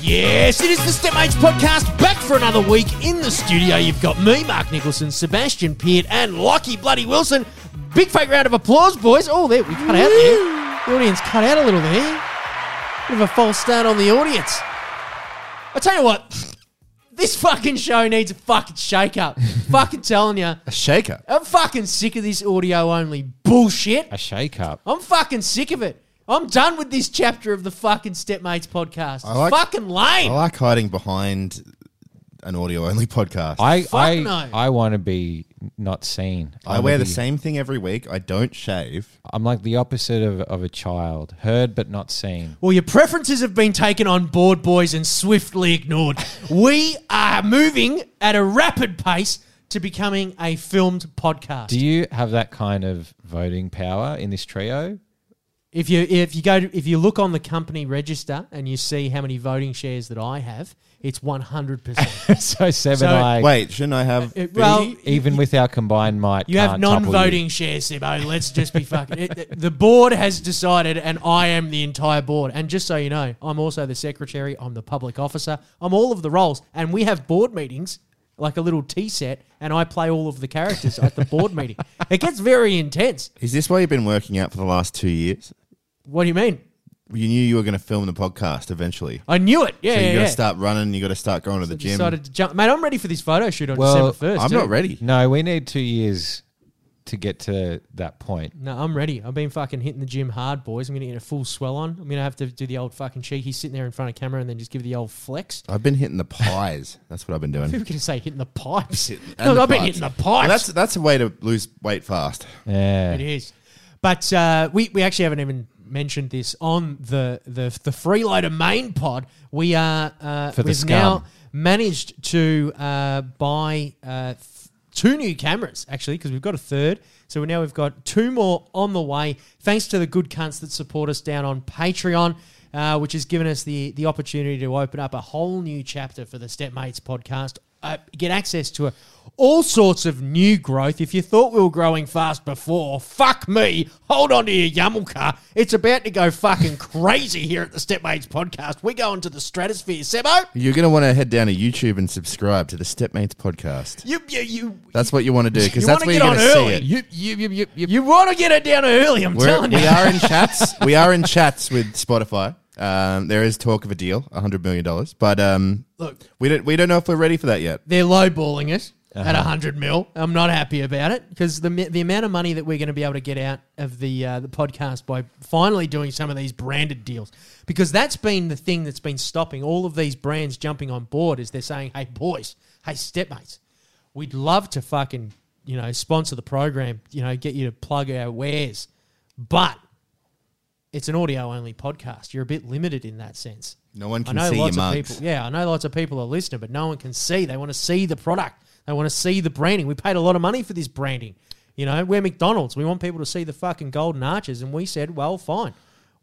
Yes, it is the Step Mates podcast back for another week in the studio. You've got me, Mark Nicholson, Sebastian Peart, and Lockie Bloody Wilson. Big fake round of applause, boys. Oh, there, we cut out there. The audience cut out a little there. Bit of a false start on the audience. I tell you what, this fucking show needs a fucking shake up. fucking telling you. A shaker. I'm fucking sick of this audio only bullshit. A shake up. I'm fucking sick of it. I'm done with this chapter of the fucking Stepmates podcast. It's I like- fucking lame. I like hiding behind an audio only podcast. I, I I, no. I want to be not seen. wanna wear the be- same thing every week. I don't shave. I'm like the opposite of, of a child, heard but not seen. well, your preferences have been taken on board, boys, and swiftly ignored. we are moving at a rapid pace to becoming a filmed podcast. Do you have that kind of voting power in this trio? if you if you go to, if you look on the company register and you see how many voting shares that I have, it's one hundred percent. so seven So- I e- Wait, shouldn't I have? It- B? well, even with our combined might. You have Uh, can't topple non-voting shares, Sebo. Let's just be fucking. It, the board has decided, and I am the entire board. And just so you know, I'm also the secretary. I'm the public officer. I'm all of the roles, and we have board meetings, like a little tea set, and I play all of the characters at the board meeting. It gets very intense. is this why you've been working out for the last two years? What do you mean? You knew you were going to film the podcast eventually. I knew it. Yeah, So you yeah, got to yeah. start running. You got to start going to the gym. Decided to jump, mate. I'm ready for this photo shoot on Well, December first. I'm not ready. No, we need two years to get to that point. No, I'm ready. I've been fucking hitting the gym hard, boys. I'm going to get a full swell on. I'm going to have to do the old fucking cheeky sitting there in front of camera and then just give the old flex. I've been hitting the pies. That's what I've been People doing. are going to say hitting the pipes. And Look, the I've been pipes. hitting the And that's pipes. that's a way to lose weight fast. Yeah. it is. But uh, we, we actually haven't even mentioned this on the, the, the freeloader main pod. We are uh, For the we've scum. now managed to uh, buy uh, th- two new cameras actually because we've got a third. So now we've got two more on the way. Thanks to the good cunts that support us down on Patreon. Uh, which has given us the the opportunity to open up a whole new chapter for the Stepmates podcast. Uh, get access to a, all sorts of new growth. If you thought we were growing fast before, fuck me. Hold on to your Yaml car. It's about to go fucking crazy here at the Stepmates podcast. We're going to the stratosphere, Sebo. You're going to want to head down to YouTube and subscribe to the Stepmates podcast. You you you, That's what you want to do because You that's wanna where you're get going to on see early. it. Yip, yip, yip, yip, yip. you want to get it down early. I'm We're, telling you. we are in chats. We are in chats with Spotify. Um, there is talk of a deal, hundred million dollars, but um, Look. we don't we don't know if we're ready for that yet. They're lowballing it at 100 mil. I'm not happy about it because the mi- the amount of money that we're going to be able to get out of the uh, the podcast by finally doing some of these branded deals because that's been the thing that's been stopping all of these brands jumping on board is they're saying, "Hey boys, hey stepmates, we'd love to fucking, you know, sponsor the program, you know, get you to plug our wares, but it's an audio only podcast. You're a bit limited in that sense." No one I can know see your lots of mugs. people. Yeah, I know lots of people are listening, but no one can see. They want to see the product. They want to see the branding. We paid a lot of money for this branding. You know, we're McDonald's. We want people to see the fucking golden arches, and we said, well, fine.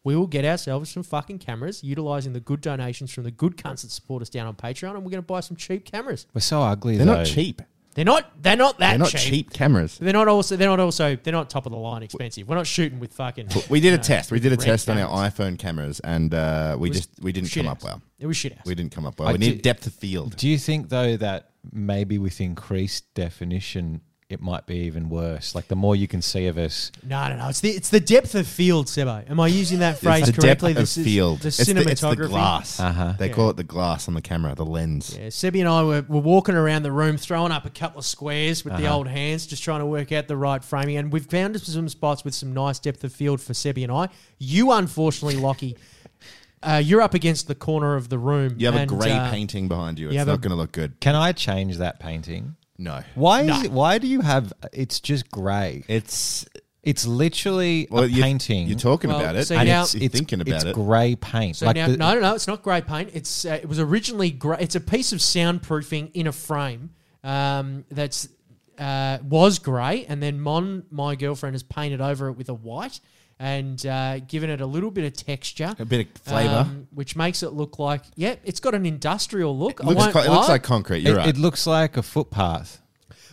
We will get ourselves some fucking cameras, utilizing the good donations from the good cunts that support us down on Patreon, and we're going to buy some cheap cameras. We're so ugly They're though. not cheap. They're not. They're not that They're not cheap. cheap cameras. They're not also. They're not also. They're not top of the line expensive. We're not shooting with fucking. We did a test. We did a red test on our iPhone cameras, and uh, we just we didn't shit come ass. up well. It was shit ass. We didn't come up well. I we need did- depth of field. Do you think though that maybe with increased definition it might be even worse? Like the more you can see of us, No, no, no. It's the it's the depth of field, Sebo. Am I using that phrase It's the depth correctly? of This is field. The It's cinematography. It's the glass. Uh-huh. They call it the glass on the camera, the lens. Yeah, Sebi and I were, were walking around the room, throwing up a couple of squares with Uh-huh. the old hands, just trying to work out the right framing. And we've found some spots with some nice depth of field for Sebi and I. You, unfortunately, Lockie, uh, you're up against the corner of the room. You have and, a grey uh, painting behind you. It's you have not a- going to look good. can I change that painting? No. Why is it, why do you have it's just grey? It's It's literally well, a you, painting. You're talking Well, about it. so and now- it's, you're thinking about it's it. grey paint. So like now, the- no, no, no, it's not grey paint. It's uh, it was originally grey. It's a piece of soundproofing in a frame um, that's uh, was grey, and then Mon, my girlfriend, has painted over it with a white and uh, given it a little bit of texture, A bit of flavour. um, which makes it look like yeah, it's got an industrial look. It looks, I won't co- it looks lie, like concrete. it, You're right. it looks like a footpath.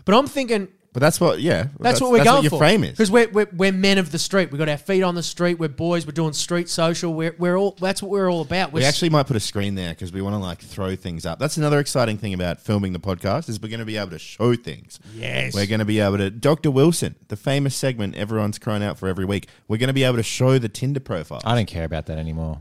but I'm thinking But that's what, yeah. That's, what we're going your for. frame is. because we're, we're we're men of the street. We've got our feet on the street. We're boys. We're doing street social. We're we're all that's what we're all about. We're We actually might put a screen there because we want to like throw things up. That's another exciting thing about filming the podcast is we're going to be able to show things. Yes. We're going to be able to Dr. Wilson, the famous segment everyone's crying out for every week. We're going to be able to show the Tinder profile. I don't care about that anymore.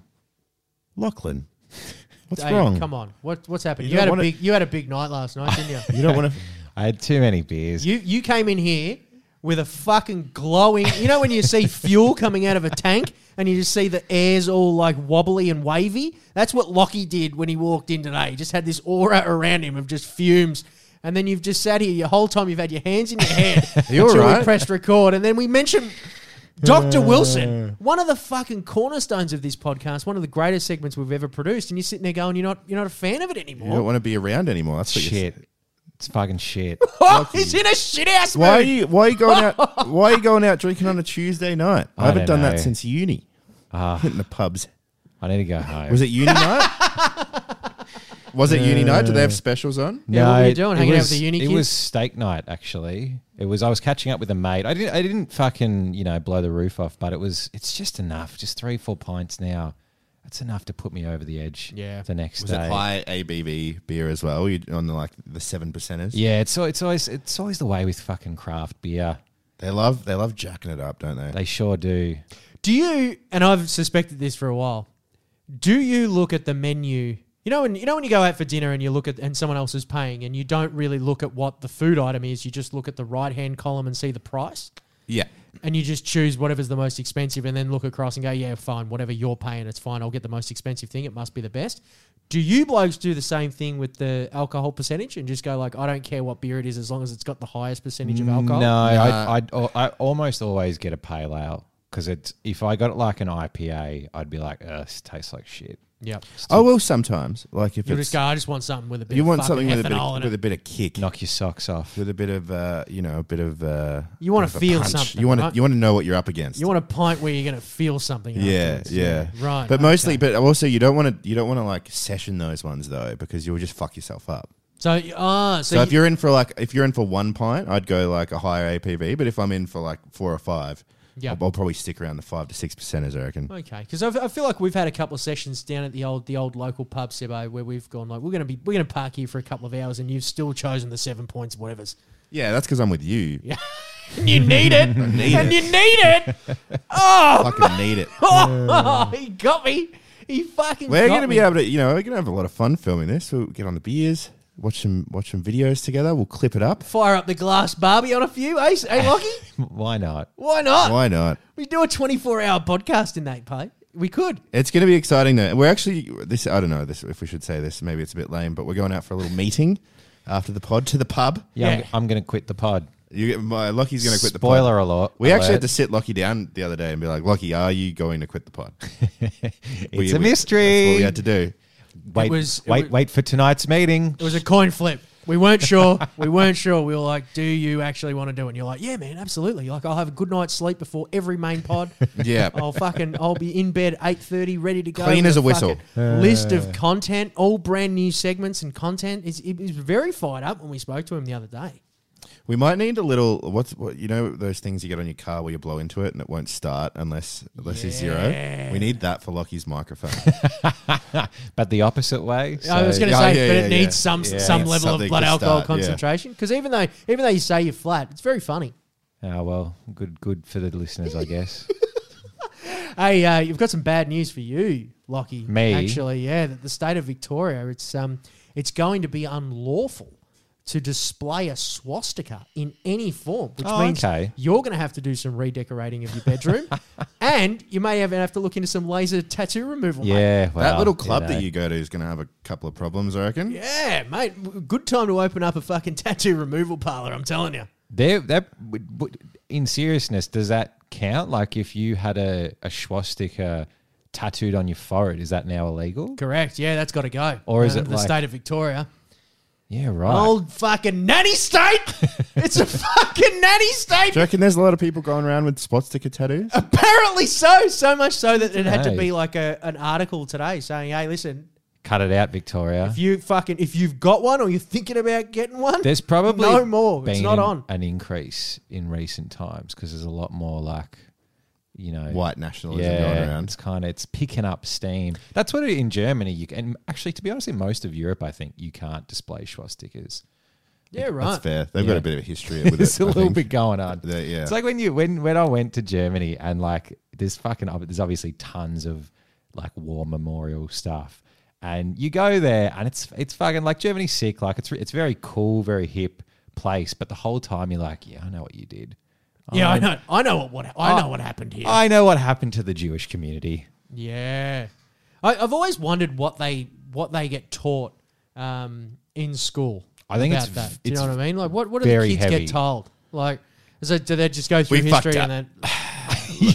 Lachlan, what's Hey, wrong? Come on, what what's happened? You You, had don't a wanna- big you had a big night last night, didn't you? You don't want to. I had too many beers. You you came in here with a fucking glowing. You know when you see fuel coming out of a tank and you just see the air's all like wobbly and wavy. That's what Lockie did when he walked in today. He just had this aura around him of just fumes. And then you've just sat here your whole time. You've had your hands in your head you all until we right? pressed record, and then we mentioned. Dr. Wilson, one of the fucking cornerstones of this podcast, one of the greatest segments we've ever produced, and you're sitting there going, "You're not, you're not a fan of it You don't anymore." want to be around anymore. That's what you're shit. It's fucking shit. Oh, he's in a shit house. Why are you why are you going out why are you going out drinking on a Tuesday night? I, I haven't don't done know. that since uni. Ah. Hitting the pubs. I need to go home. Was it uni night? Was it uni night? Do they Uh, have specials on? Yeah, what were you doing? it Hanging out with was- the uni It kids? was steak night, actually. It was. I was catching up with a mate. I didn't. I didn't fucking you know blow the roof off, but it was. It's just enough. Just three, four pints now. That's enough to put me over the edge. Yeah. The next Was it day. high ABV beer as well? You on the, like the seven percenters? Yeah. It's al- it's always it's always the way with fucking craft beer. They love they love jacking it up, don't they? They sure do. Do you? And I've suspected this for a while. Do you look at the menu? You know, when you know when you go out for dinner and you look at and someone else is paying, and you don't really look at what the food item is. You just look at the right hand column and see the price, yeah. and you just choose whatever's the most expensive, and then look across and go, "Yeah, fine, whatever you're paying, it's fine. I'll get the most expensive thing. It must be the best." Do you blokes do the same thing with the alcohol percentage and just go like, "I don't care what beer it is, as long as it's got the highest percentage of alcohol"? Mm, No, I, I'd, al- I almost always get a pale ale because it's if I got like an IPA, I'd be like, Ugh, this tastes like shit. Yep. I will sometimes. Like if You it's, just go. I just want something with a bit. you of want fucking something with a bit ethanol in of, it." with a bit of kick. Knock your socks off. With a bit of uh, you know, a bit of uh, You wanna bit of a feel punch. something, You want right? to you want to know what you're up against. You want a pint where you're going to feel something. Yeah, afterwards. yeah, Right. But okay. mostly, but also, you don't want to. You don't want to like session those ones though, because you'll just fuck yourself up. So, ah, so, So, if you, you're in for like, if you're in for one pint, I'd go like a higher APV. But if I'm in for like four or five, Yeah. I'll, I'll probably stick around the five to six percenters. I reckon. okay, because I, I feel like we've had a couple of sessions down at the old the old local pub Sebo where we've gone like we're going to be we're going to park here for a couple of hours and you've still chosen the seven points whatever's. Yeah, that's because I'm with you. And you need it, and you need it. I fucking need it. Oh, he got me. He fucking. We're got gonna be me. able to, you know, we're gonna have a lot of fun filming this. We'll get on the beers, watch some watch some videos together. We'll clip it up. fire up the glass Barbie on a few. Hey, s- hey, Lockie, Why not? why not? Why not? We do a twenty four hour podcast in that pay. We could. It's going to be exciting though. We're actually this. I don't know this if we should say this. Maybe it's a bit lame, but we're going out for a little meeting after the pod to the pub. Yeah, I'm- Yeah. I'm, going to quit the pod. You, my Lockie's going to quit the pod. Spoiler alert. We actually had alert. to sit Lockie down the other day and be like, Lockie, are you going to quit the pod? It's We- a we- That's what mystery. we had to do. wait, It was- it wait, was- wait for tonight's meeting. It was a coin flip. We weren't sure. We weren't sure. We were like, "Do you actually want to do it?" And you're like, "Yeah, man, absolutely." Like, I'll have a good night's sleep before every main pod. Yeah. I'll fucking, I'll be in bed eight thirty, ready to go. Clean with as a whistle. fucking List of content, all brand new segments and content. Is he was very fired up when we spoke to him the other day. We might need a little. What's what? You know those things you get on your car where you blow into it and it won't start unless unless you zero. We need that for Lockie's microphone. but the opposite way. So I was going to Yeah, say, yeah, but yeah, it needs yeah. some Yeah. some Needs level of something blood to alcohol start, yeah. concentration because even though even though you say you're flat, it's very funny. Ah, well, good, good for the listeners, I guess. Hey, uh, you've got some bad news for you, Lockie. Me? actually, yeah. That the state of Victoria, it's um, it's going to be unlawful to display a swastika in any form, which Oh, means okay. you're going to have to do some redecorating of your bedroom, and you may even have to look into some laser tattoo removal. mate. yeah, well, that little club you know. that you go to is going to have a couple of problems, I reckon. yeah, mate. w- Good time to open up a fucking tattoo removal parlor. I'm telling you. There, that would- would- in seriousness, does that count? Like, if you had a, a swastika tattooed on your forehead, is that now illegal? Correct. Yeah, that's got to go. Or is Out it of the like- state of Victoria? Yeah, right. Old fucking nanny state. it's a fucking nanny state. Do you reckon there's a lot of people going around with spot sticker tattoos? Apparently so, so much so that it had to Hey. be like a, an article today saying, "Hey, listen, Cut it out, Victoria. If you fucking if you've got one or you're thinking about getting one, There's probably no more. It's been not an- on. an increase in recent times because there's a lot more like, you know, White nationalism going Yeah, it's around. kind of it's picking up steam. That's what it, in Germany you can. And actually, to be honest, in most of Europe, I think you can't display swastikas. Yeah, That's right. fair. They've Yeah. got a bit of a history with it. It's a I little think. bit going on. They- yeah. It's like when you when when I went to Germany and like there's fucking ob- there's obviously tons of like war memorial stuff, and you go there and it's it's fucking like Germany's sick. Like it's re- it's very cool, very hip place, but the whole time you're like, yeah, I know what you did. Yeah, I know. I know what, what I know Oh. what happened here. I know what happened to the Jewish community. Yeah, I, I've always wondered what they what they get taught um, in school. I think about it's that. v- Do you it's know what I mean? Like, what what do the very kids heavy. get told? Like, is it, do they just go through We fucked history up. and then?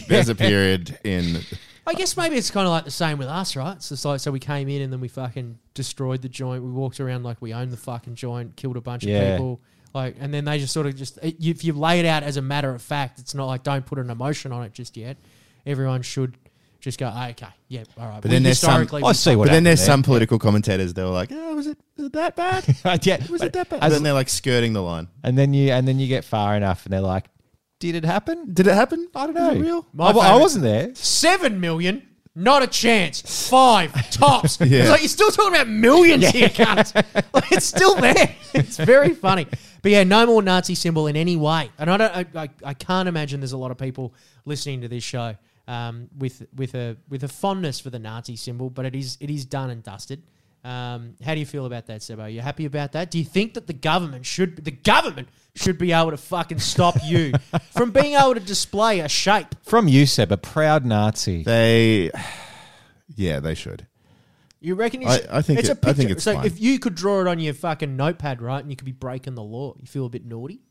There's a period in I guess maybe it's kind of like the same with us, right? So it's like so we came in and then we fucking destroyed the joint. We walked around like we owned the fucking joint, killed a bunch Yeah. of people. Like, and then they just sort of just it- if you lay it out as a matter of fact, it's not like don't put an emotion on it just yet. Everyone should just go, "Ah, okay, yeah, all right. then there's some- Oh, I see what. But then happened there's there. some political commentators that were like, oh, was it was it that bad? yeah, Was it that bad? as- And then they're like skirting the line. and then you and then you get far enough, and they're like, "Did it happen? Did it happen? I don't know. Is it real? My I, I favourite- wasn't there. seven million. Not a chance. Five tops. Yeah. It's like you're still talking about millions here, cunt. Like, it's still there. It's very funny. But yeah, no more Nazi symbol in any way. And I don't. I, I, I can't imagine there's a lot of people listening to this show um, with with a with a fondness for the Nazi symbol. But it is it is done and dusted. Um, how do you feel about that, Sebo? Are you happy about that? Do you think that the government should the government should be able to fucking stop you from being able to display a shape? From you, Seb, a proud Nazi. They, yeah, they should. You reckon? You I- should, I think it's it- a picture. I think it's so fine. if you could draw it on your fucking notepad, right, and you could be breaking the law, you feel a bit naughty.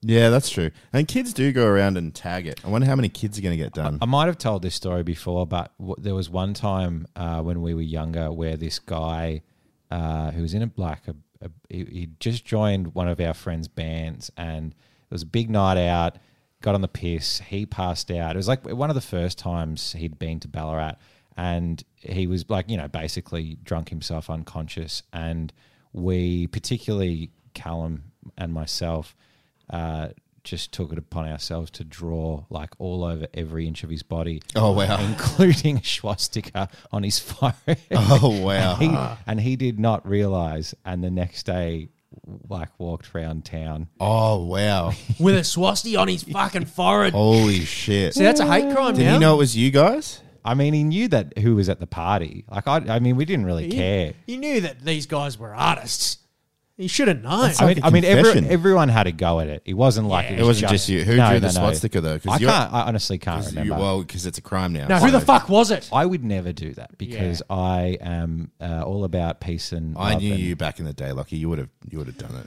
Yeah, that's true. And kids do go around and tag it. I wonder how many kids are going to get done. I might have told this story before, but w- there was one time uh, when we were younger where this guy uh, who was in a like a, a he, he just joined one of our friends' bands, and it was a big night out. Got on the piss. He passed out. It was like one of the first times he'd been to Ballarat, and he was like, you know, basically drunk himself unconscious. And we, particularly Callum and myself, uh, just took it upon ourselves to draw like all over every inch of his body. Oh, wow. Including a swastika on his forehead. oh wow! And he, and he did not realize. And the next day, like walked around town. oh wow! With a swastika on his fucking forehead. Holy shit! See, that's a hate crime Oh. Did now. he know it was you guys? I mean, he knew that who was at the party. Like I, I mean, we didn't really You- care. You knew that these guys were artists. You should have known. I like mean, a I mean, every, confession. everyone had a go at it. It wasn't like It wasn't just you. Who drew the swastika, though? 'Cause I you're- can't. I honestly can't remember. You, well, because it's a crime now. no, who so the fuck was it? I would never do that because I am uh, all about peace and. I love knew and- you back in the day, Lucky. You would have, you would have done it.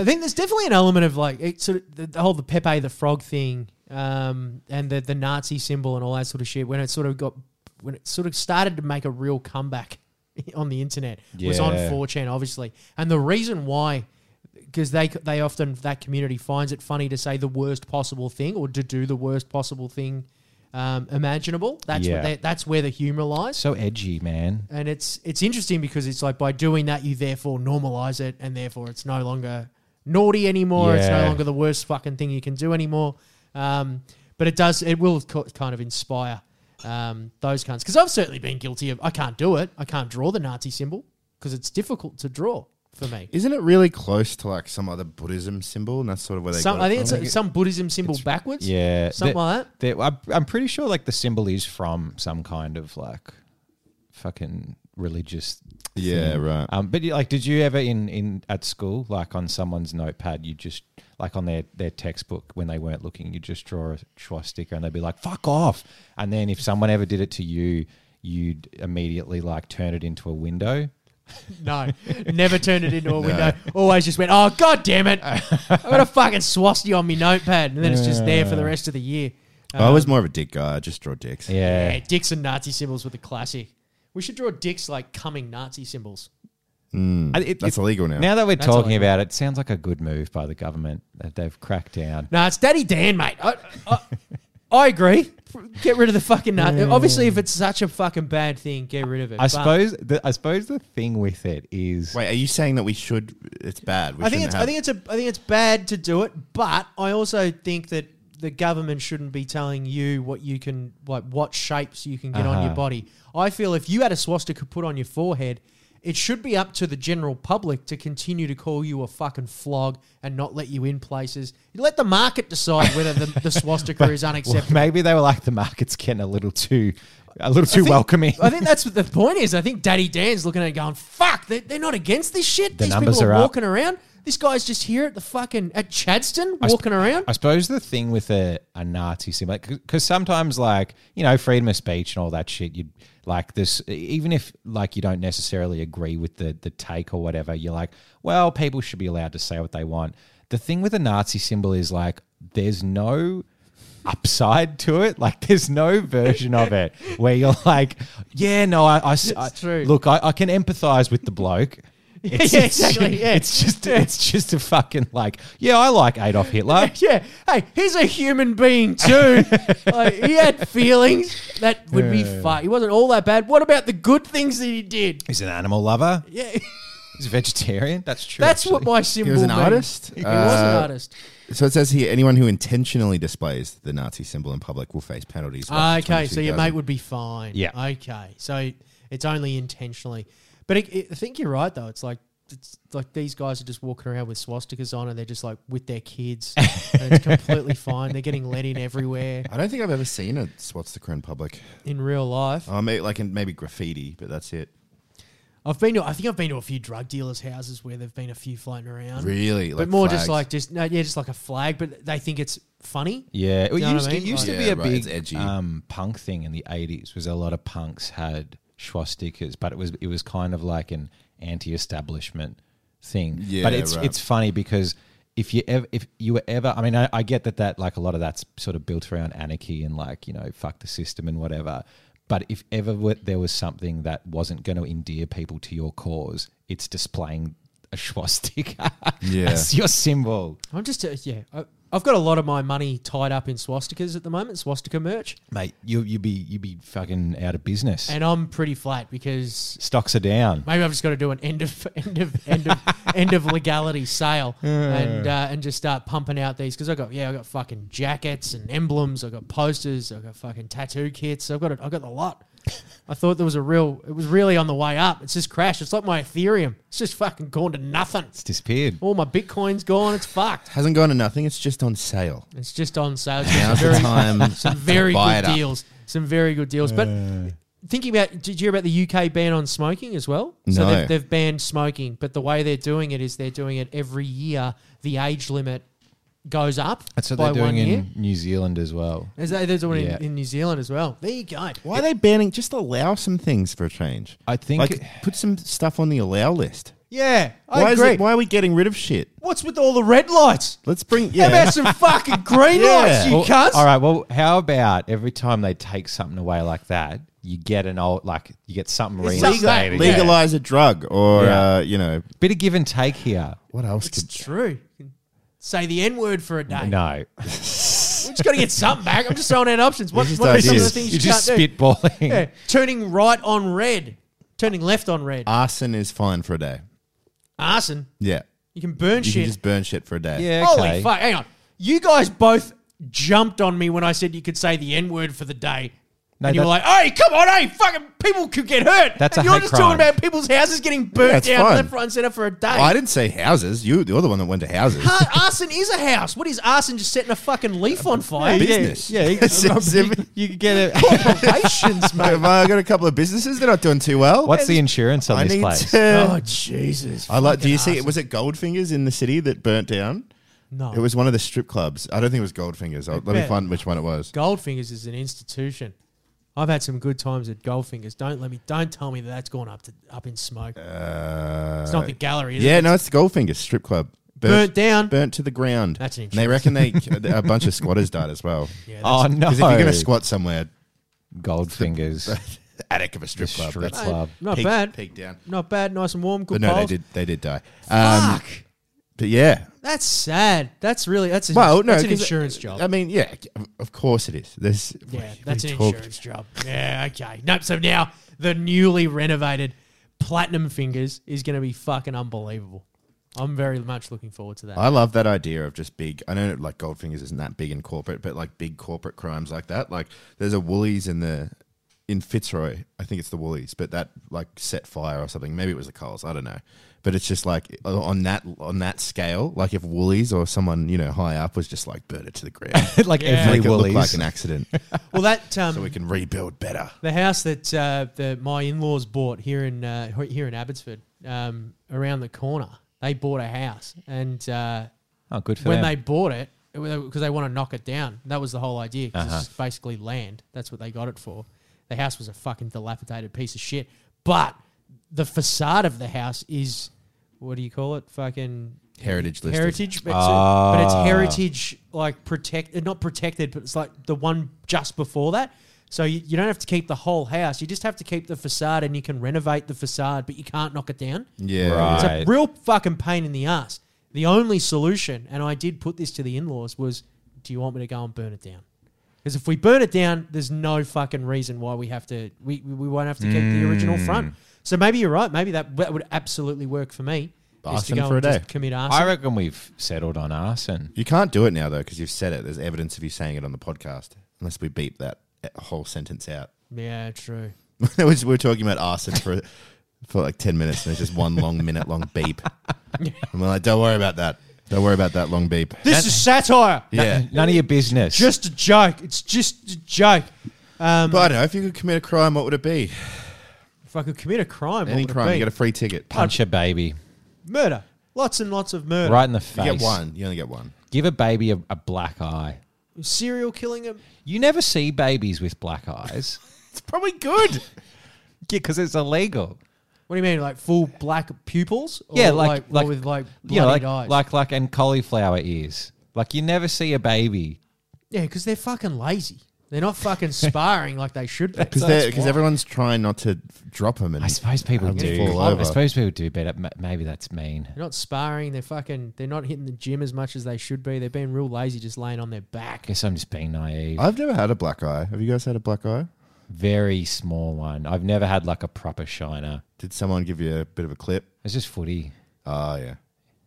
I think there's definitely an element of like it sort of the, the whole the Pepe the Frog thing, um, and the the Nazi symbol and all that sort of shit. When it sort of got, when it sort of started to make a real comeback on the internet was on Yeah. 4chan, obviously, and the reason why. Because they they often that community finds it funny to say the worst possible thing or to do the worst possible thing um, imaginable. That's Yeah. what they, that's where the humor lies. So edgy, man. And it's it's interesting because it's like by doing that you therefore normalize it and therefore it's no longer naughty anymore. It's no Yeah. longer the worst fucking thing you can do anymore. Um, but it does it will co- kind of inspire um, those kinds because I've certainly been guilty of I can't do it. I can't draw the Nazi symbol because it's difficult to draw for me. Isn't it really close to like some other Buddhism symbol? And that's sort of where they. Some, got it I think it's from? a, some Buddhism symbol backwards. Yeah, something They- like that. they- I'm I'm pretty sure like the symbol is from some kind of like fucking religious. yeah, right. Um, but you- like, did you ever in in at school like on someone's notepad you just like on their their textbook when they weren't looking you just draw a swastika and they'd be like fuck off and then if someone ever did it to you you'd immediately like turn it into a window. No, never turned it into a window. Always just went, oh god damn it! I got a fucking swastika on my notepad, and then it's just there for the rest of the year. I was more of a dick guy. I just draw dicks. Um, Yeah, Yeah, dicks and Nazi symbols were the classic. We should draw dicks like coming Nazi symbols. I- it- Hmm. That's it- illegal now. Now that we're That's talking illegal. about it, it sounds like a good move by the government that they've cracked down. No, it's Daddy Dan, mate. I, I, I agree. get rid of the fucking nut. Obviously, if it's such a fucking bad thing, get rid of it. I But suppose the, I suppose the thing with it is Wait, are you saying that we should? It's bad. We I think shouldn't it's have I think it's a I think it's bad to do it, but I also think that the government shouldn't be telling you what you can like what shapes you can get on your Uh-huh. body. I feel if you had a swastika put on your forehead, it should be up to the general public to continue to call you a fucking flog and not let you in places. Let the market decide whether the, the swastika is well, unacceptable. maybe they were like the market's getting a little too a little too think- welcoming. I think that's what the point is. I think Daddy Dan's looking at it going, fuck, they, they're not against this shit. The These numbers people are, are up. walking around. This guy's just here at the fucking, at Chadston, I sp- walking around. I suppose the thing with a, a Nazi symbol, because sometimes, like, you know, freedom of speech and all that shit, you'd like this, e, even if, like, you don't necessarily agree with the, the take or whatever, you're like, well, people should be allowed to say what they want. The thing with a Nazi symbol is, like, there's no upside to it. Like, there's no version of it where you're like, yeah, no, I, I, s- I- true. look, I, I can empathize with the bloke. It's, yeah, exactly, yeah. It's just, it's just a fucking like, yeah, I like Adolf Hitler. yeah. Hey, he's a human being too. like, he had feelings that would be fun. He wasn't all that bad. What about the good things that he did? He's an animal lover. Yeah, He's a vegetarian. That's true. that's what actually. my symbol. an means. artist? He was an Uh, artist. So it says here, anyone who intentionally displays the Nazi symbol in public will face penalties. of up to Ah, Uh, okay, so your 22,000. mate would be fine. Yeah. Okay, so it's only intentionally, but it, it- I think you're right though. It's like it's like these guys are just walking around with swastikas on, and they're just like with their kids, and it's completely fine. They're getting let in everywhere I don't think I've ever seen a swastika in public. in real life. Oh, maybe, like in maybe graffiti, but that's it. I've been to I think I've been to a few drug dealers' houses where there've been a few floating around. Really, but more just like just no, yeah, just like a flag, but they think it's funny. Yeah, it You know what used, I it mean? used to Like- be Oh, Yeah, a right, big it's edgy. Um, punk thing in the eighties. Was a lot of punks had swastikas, but it was it was kind of like an anti-establishment thing. Yeah, but it's right. it's funny because if you ever if you were ever, I mean, I, I get that that like a lot of that's sort of built around anarchy and like you know fuck the system and whatever. But if ever were, there was something that wasn't going to endear people to your cause, it's displaying a swastika Yeah. as your symbol. I'm just uh, yeah, I, I've got a lot of my money tied up in swastikas at the moment, swastika merch, mate, you you be you be fucking out of business. and I'm pretty flat because Stocks are down. maybe I've just got to do an end of end of end of end of legality sale and uh, and just start pumping out these because I got yeah I got fucking jackets and emblems, I got posters, I got fucking tattoo kits, I've got it, I got the lot. I thought there was a real, it was really on the way up. It's just crashed. It's like my Ethereum. It's just fucking gone to nothing. It's disappeared. All my Bitcoin's gone. It's fucked. hasn't gone to nothing. It's just on sale. It's just on sale. Now's Some the very, time. some very to buy good it up. deals. Some very good deals. But thinking about, did you hear about the UK ban on smoking as well? So No. they've, they've banned smoking, but the way they're doing it is they're doing it every year. The age limit goes up That's what by they're doing one in year. New Zealand as well. Is that- They're doing Yeah. it in, in New Zealand as well. There you go. Why are they banning? Just allow some things for a change. I think- like put some stuff on the allow list. Yeah, I why agree. Is it, why are we getting rid of shit? What's with all the red lights? Let's bring How yeah. about some fucking green Yeah. lights, you Well, cunts? All right. Well, how about every time they take something away like that, you get an old like you get something It's something. reinstated. Legal- Yeah. Legalize a drug, or Yeah. uh, you know Bit of give and take here. what else? It's could true. Say the N word for a day. No, We just got to get something back. I'm just throwing out options. What, It's just what are some of the ideas. things you're you just can't do? spitballing. Yeah. Turning right on red, turning left on red. arson is fine for a day. Arson. Yeah, You can burn you shit. can just burn shit for a day. Yeah, Holy okay. fuck! Hang on. You guys both jumped on me when I said you could say the N word for the day. No, and you were like, that- "Hey, come on, hey, fucking people could get hurt." That's and a you're hate just crime. talking about people's houses getting Yeah, burnt it's down fine. left, right, and center for a day. Well, I didn't say houses. You, you're the one that went to houses. Ar- arson is a house. What is arson? Just setting a fucking leaf on fire. Business. Yeah, yeah. Specific. you, you could get it. Corporations, mate. Have I got a couple of businesses? They're not doing too well. What's the insurance on I this need place? to. Oh Jesus! I like. Do you see? Fucking it? Was it Goldfingers in the city that burnt down? No. It was one of the strip clubs. I don't think it was Goldfingers. I'll, let me bet. find which one it was. Goldfingers is an institution. I've had some good times at Goldfingers. Don't let me. Don't tell me that that's gone up to up in smoke. Uh, it's not the gallery. Is yeah, it? no, it's the Goldfingers strip club. burnt down. burnt to the ground. That's an and they reckon they a bunch of squatters died as well. Yeah, Oh no! Because if you're going to squat somewhere, gold fingers, attic of a strip club. strip that's club. Ah, not peak- bad. peak down. Not bad. Nice and warm. Good But no, they bowls. did. They did die. Um, Fuck. But yeah. That's sad. That's really that's a, Well, no, that's an 'cause- insurance job. I mean, yeah, of course it is. There's what yeah, are you that's an talking- insurance job. Yeah, okay. Nope. So now the newly renovated Platinum Fingers is going to be fucking unbelievable. I'm very much looking forward to that. I love that idea of just big. I know like Goldfingers isn't that big in corporate, but like big corporate crimes like that. Like there's a Woolies in the in Fitzroy. I think it's the Woolies, but that like set fire or something. Maybe it was the Coles. I don't know. But it's just like on that on that scale. Like if Woolies or someone you know high up was just like burn it to the ground, like Yeah. every make it look Woolies. like an accident, well, that um, so we can rebuild better. The house that uh, the, my in-laws bought here in uh, here in Abbotsford, um, around the corner, they bought a house, and uh, oh, good for when them. they bought it, because they want to knock it down, that was the whole idea. 'cause Uh-huh. it's basically land. That's what they got it for. The house was a fucking dilapidated piece of shit, but the facade of the house is what do you call it? Fucking Heritage listed. heritage, but, Ah. it's, but it's heritage like protected, not protected, but it's like the one just before that. So you, you don't have to keep the whole house. You just have to keep the facade, and you can renovate the facade, but you can't knock it down. Yeah, Right. It's a real fucking pain in the ass. The only solution, and I did put this to the in-laws, was, do you want me to go and burn it down? Because if we burn it down, there's no fucking reason why we have to. We we won't have to keep the original Hmm. front. So maybe you're right. Maybe that, that would absolutely work for me. is to Arson go for a and day. just commit arson. I reckon we've settled on arson. You can't do it now though because you've said it. There's evidence of you saying it on the podcast, unless we beep that eh, whole sentence out. Yeah, true. we were talking about arson for for like ten minutes, and it's just one long minute long beep. And we're like, don't worry about that. Don't worry about that long beep. This is satire. Yeah, None of your business. Just a joke. It's just a joke. Um, but I don't know if you could commit a crime, what would it be? if I could commit a crime, Any what would it crime, be? you get a free ticket. punch a baby murder. Lots and lots of murder. right in the You face. get one. You only get one. Give a baby a, a black eye. Serial killing. A, You never see babies with black eyes. It's probably good. yeah, because it's illegal. what do you mean, like full black pupils? Or Yeah, like- or like- with like bloody Yeah, like, eyes. like like and cauliflower ears. Like you never see a baby. yeah, because they're fucking lazy. They're not fucking sparring like they should be. That's Because why. everyone's trying not to drop them. Mm. And I suppose people have them do. fall I over. suppose people do, but it- ma- maybe that's mean. They're not sparring. They're fucking. They're not hitting the gym as much as they should be. They're being real lazy, just laying on their I back. guess I'm just being naive. I've never had a black eye. Have you guys had a black eye? Very small one. I've never had like a proper shiner. Did someone give you a bit of a clip? It's just footy. Oh yeah.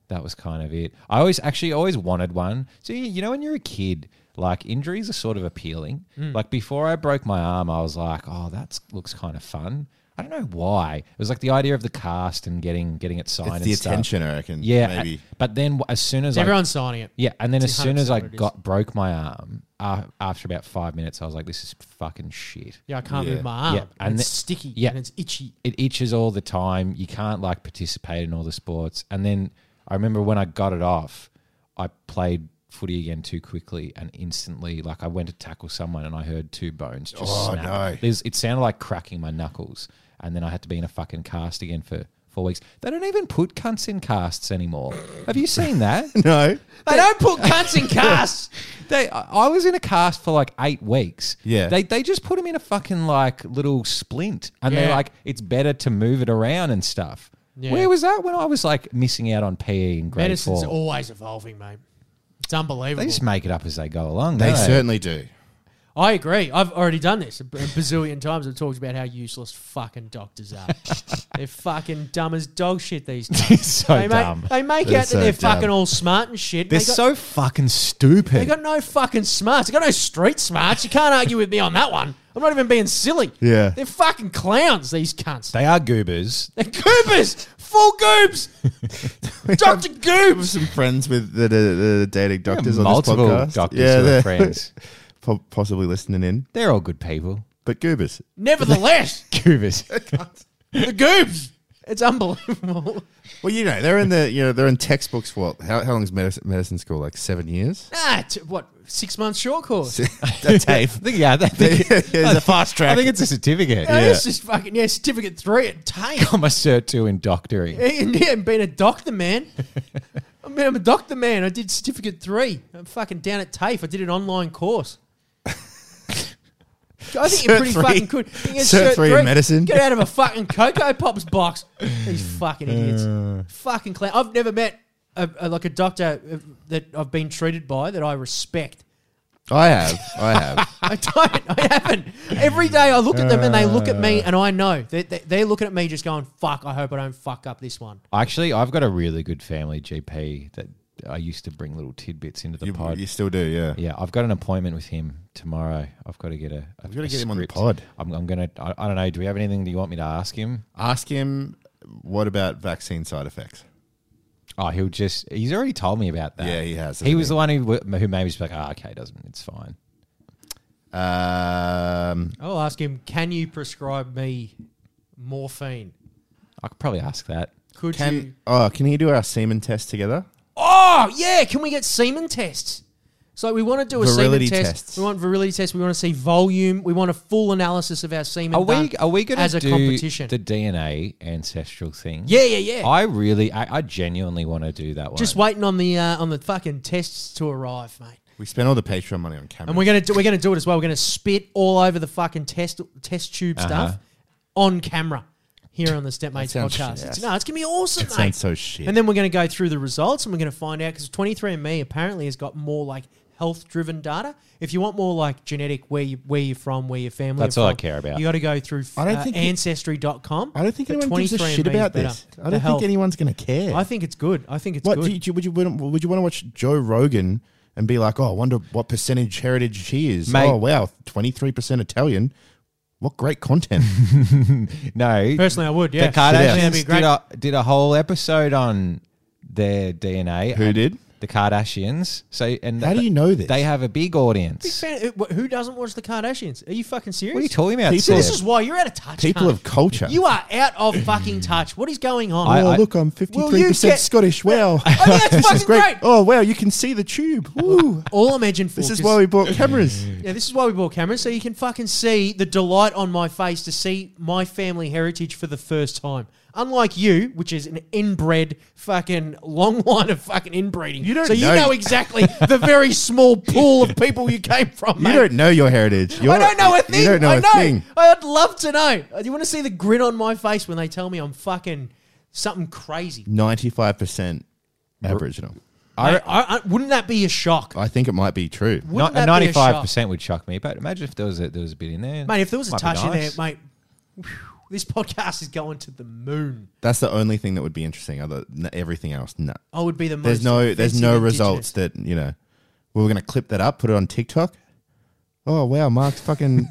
That was kind of it. I always actually always wanted one. So you you know when you're a kid, like injuries are sort of appealing. Mm. Like before I broke my arm, I was like, "Oh, that looks kind of fun." I don't know why. It was like the idea of the cast and getting getting it signed. It's and the stuff. attention, I reckon. Yeah, Maybe. but then as soon as I Everyone's signing it. yeah, and then as It's soon as 100% I what it is. got broke my arm uh, after about five minutes, I was like, "This is fucking shit." Yeah, I can't Yeah. move my arm. Yeah, And and it's the- sticky. yeah. and it's itchy. It itches all the time. You can't like participate in all the sports. And then I remember when I got it off, I played footy again too quickly and instantly like I went to tackle someone and I heard two bones just Oh, snap. no. There's, it sounded like cracking my knuckles, and then I had to be in a fucking cast again for four weeks. They don't even put cunts in casts anymore. Have you seen that? No. They don't put cunts in casts. They, I I was in a cast for like eight weeks. Yeah. they they just put him in a fucking like little splint, and they're Yeah. like, it's better to move it around and stuff. Yeah. Where was that when I was like missing out on PE in grade Medicine's four? always evolving, mate. It's unbelievable. they just make it up as they go along. They don't They certainly do. I agree. I've already done this a b- a bazillion times. I've talked about how useless fucking doctors are. they're fucking dumb as dog shit these days. It's so they, dumb. Make, they make They're out so that they're dumb. fucking all smart and shit. They're they got, so fucking stupid. they got no fucking smarts. They got no street smarts. You can't argue with me on that one. I'm not even being silly. Yeah. They're fucking clowns, these cunts. they are goobers. They're goobers! Full goobs! Dr. have Goobs! some friends with that are, that are dating doctors on this Multiple podcast. doctors Yeah, who they're are friends. po- possibly listening in. They're all good people. But goobers, Nevertheless, Goobers. the goobs! It's unbelievable. well, you know, they're in the you know they're in textbooks. For what? How, how long is medicine, medicine school? Like seven years. Ah, t- what, six months short course? That's TAFE. I think- yeah, I think, it's a fast I track. think it's a certificate. Yeah. Yeah. It's just fucking, yeah, certificate three at TAFE. I'm a cert two in doctoring. and, yeah, and being a doctor, man. I mean, I'm a doctor, man. I did certificate three. I'm fucking down at TAFE. I did an online course. I think you're Cert pretty three. fucking good. You can get Cert three in medicine. Get out Uh. of a fucking Cocoa Pops box. These fucking idiots. fucking clown. I've never met a, a, like a doctor uh, that I've been treated by that I respect. I have. I have. I don't. I haven't. Every day I look at them and they look at me and I know they, they, they're looking at me just going, fuck, I hope I don't fuck up this one. Actually, I've got a really good family GP that I used to bring little tidbits into the you, pod. you still do, yeah. Yeah, I've got an appointment with him tomorrow. I've got to get a. I've You've got to get him on the pod. I'm, I'm gonna. I, I don't know. Do we have anything that you want me to ask him? Ask him what about vaccine side effects? Oh, he'll just. He's already told me about that. Yeah, he has, He hasn't was he? the one who w- who made me just be like, oh, okay, doesn't it's fine. Um, I'll ask him, can you prescribe me morphine? I could probably ask that. Could you? can oh can he do our semen test together? Oh, yeah. Can we get semen tests? So we want to do a Virility semen test. tests. We want virility tests. We want to see volume. We want a full analysis of our semen. Are done we are we going as to a do competition? the DNA ancestral thing? yeah, yeah, yeah. I really, I, I genuinely want to do that one. Just waiting on the uh, on the fucking tests to arrive, mate. We spent all the Patreon money on camera. And we're gonna do, we're gonna do it as well. We're gonna spit all over the fucking test test tube Uh-huh. stuff on camera here on the Stepmates sounds- podcast. yes. It's, no, it's gonna be awesome, That mate. sounds so shit. And then we're going to go through the results and we're going to find out because 23andMe apparently has got more like health driven data. If you want more like genetic, where, you, where you're from, where your family That's are all I from, care about. You got to go through I don't uh, think it- ancestry.com. I don't think but anyone gives a 23andMe shit is about better. this. I The don't health. think anyone's going to care. I think it's good. I think it's What good. do you, do you- would you would, would you want to watch Joe Rogan and be like, oh, I wonder what percentage heritage she is? Mate. Oh wow, twenty three percent Italian. What great content! no, Personally, I would, yeah. the Kardashians That'd be did great. a, did a whole episode on their DNA. Who and did? the Kardashians? So and How th- do you know this? They have a big Big audience. fan- uh, wh- Who doesn't watch the Kardashians? Are you fucking serious? What are you talking about? People- See, this Seb? is why you're out of touch. People cunt. of culture. You are out of fucking touch. What is going on? I- oh, I- look, I'm fifty Will three you percent get- Scottish. Wow, I think that's this is fucking great. great. Oh wow, you can see the tube. Woo. All I'm edging for this is 'cause- why we bought cameras. Yeah, this is why we bought cameras, so you can fucking see the delight on my face to see my family heritage for the first time. Unlike you, which is an inbred fucking long line of fucking inbreeding. You don't so know- you know exactly the very small pool of people you came from. You mate. don't know your heritage. You're, I don't know a thing. You don't know I a know. thing. I'd love to know. You want to see the grin on my face when they tell me I'm fucking something crazy? Ninety five percent Aboriginal. Mate, I, I, wouldn't that be a shock? I think it might be true. Wouldn't that be a Ninety-five shock? percent would shock me, but imagine if there was a, there was a bit in there, Mate, if there was a Might be touch in there, nice. mate, whew, this podcast is going to the moon. That's the only thing that would be interesting. Other n- everything else, no. I would be the most. There's no there's offensive no indigenous. results that you know. We were gonna clip that up, put it on TikTok. Oh wow, Mark's fucking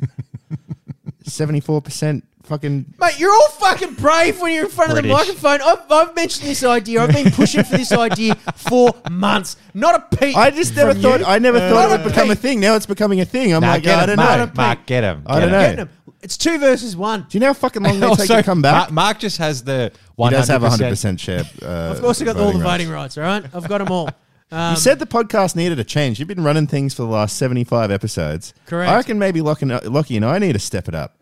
seventy four percent fucking. Mate, you're all fucking brave when you're in front British. of the microphone. I've, I've mentioned this idea. I've been pushing for this idea for months. Not a peep. I just never from thought you. Uh, I never thought Not it a would become Uh, a peep. thing. Now it's becoming a thing. I'm Nah, like, get I him, don't Mark, know. Mark. Mark, get him. I don't him. know. Getting 'em. It's two versus one. Do you know how fucking long they take Also, to come back? Mark, Mark just has the he one does have a hundred hundred percent. percent share. Uh, Of course, I got all the voting rights. rights. All right, I've got them all. Um, You said the podcast needed a change. You've been running things for the last 75 episodes. Correct. I reckon maybe Lockie and, Lockie and I need to step it up.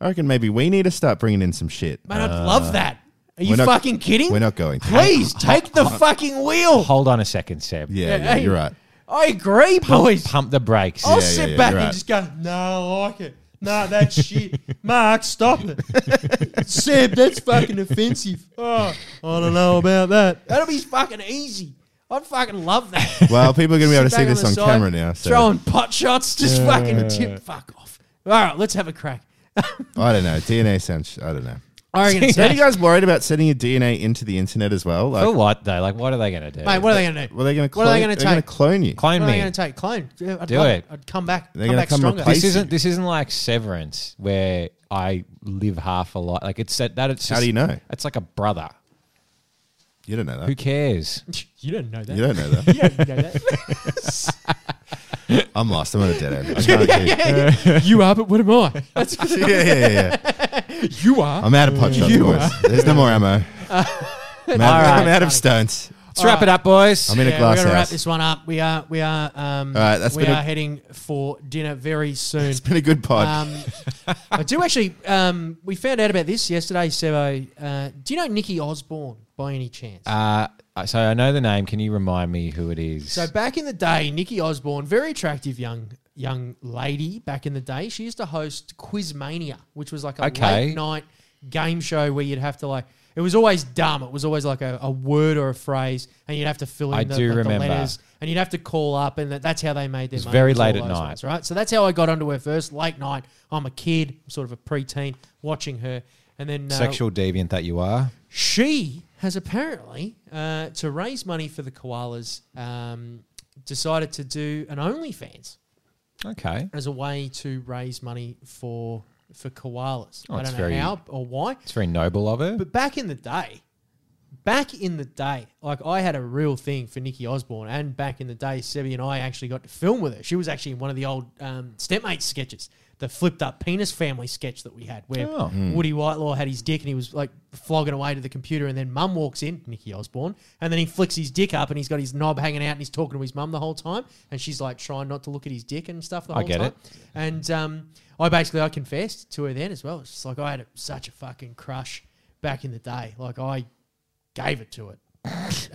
I reckon maybe we need to start bringing in some shit. Uh, mate, I'd love that. Are you we're not- fucking kidding? We're not going to. Please take the fucking wheel. Hold on a second, Seb. Yeah, yeah, hey, you're right. I agree, boys. Pump the brakes. I'll yeah, sit yeah, back you're and right. just go, no, I like it. No, that's shit. Mark, stop it. Seb, that's fucking offensive. Oh, I don't know about that. That'll be fucking easy. I'd fucking love that. Well, people are going to be able to Sit see back this the on side, camera now. So Throwing pot shots, just fucking tip, fuck off. All right, let's have a crack. I don't know. DNA sounds. I don't know. I reckon it's Are you guys worried about sending your DNA into the internet as well? Like, For what though? Like, what are they going to do? Mate, Oh. what are they going to do? were they going to? What are they gonna They're going take? to clone you. What Clone are they me. going to take? Clone. Yeah, I'd Do love it. I'd come back. They're come gonna back come stronger. replace- this you. isn't this isn't like Severance where I live half a life. Like it's that, that it's How just- do you know? It's like a brother. You don't know that. Who cares? You don't know that. you don't know that. You don't know that. I'm lost. I'm on a dead end. I can't do- yeah, you are, but what am I? That's yeah, yeah, yeah. you are. I'm out of pot shots, You boys. There's no more ammo. I'm All out, right. I'm out of stones. Let's wrap it up, boys. I'm in a Yeah, glass we're gonna wrap house. this one up. We are we are um All right, that's we been a- are heading for dinner very soon. It's been a good pod. Um, I do actually. Um, we found out about this yesterday, Sebo. Uh, do you know Nikki Osborne by any chance? uh, so I know the name. Can you remind me who it is? So back in the day, Nikki Osborne, very attractive young young lady. Back in the day, she used to host Quizmania, which was like a Okay. late night game show where you'd have to like It was always dumb. It was always like a, a word or a phrase, and you'd have to fill in I the, do like, the remember. letters, and you'd have to call up, and that, that's how they made their was money. very was all late at those night. ones, right? So that's how I got onto her first. Late night. I'm a kid, sort of a preteen, watching her, and then uh, Sexual deviant that you are. she has apparently, uh, to raise money for the koalas, um, decided to do an OnlyFans Okay. as a way to raise money for for koalas. Oh, I it's don't know very- how or why, It's very noble of her. but back in the day, back in the day, like I had a real thing for Nikki Osborne, and back in the day, Sebby and I actually got to film with her. She was actually in one of the old um, stepmate sketches, the flipped up penis family sketch that we had, where Oh. Woody Whitelaw had his dick and he was like flogging away to the computer, and then Mum walks in, Nikki Osborne, and then he flicks his dick up and he's got his knob hanging out and he's talking to his mum the whole time, and she's like trying not to look at his dick and stuff. The I whole get time. it. And um, I basically I confessed to her then as well. It's just like I had a, such a fucking crush back in the day. Like I gave it to it.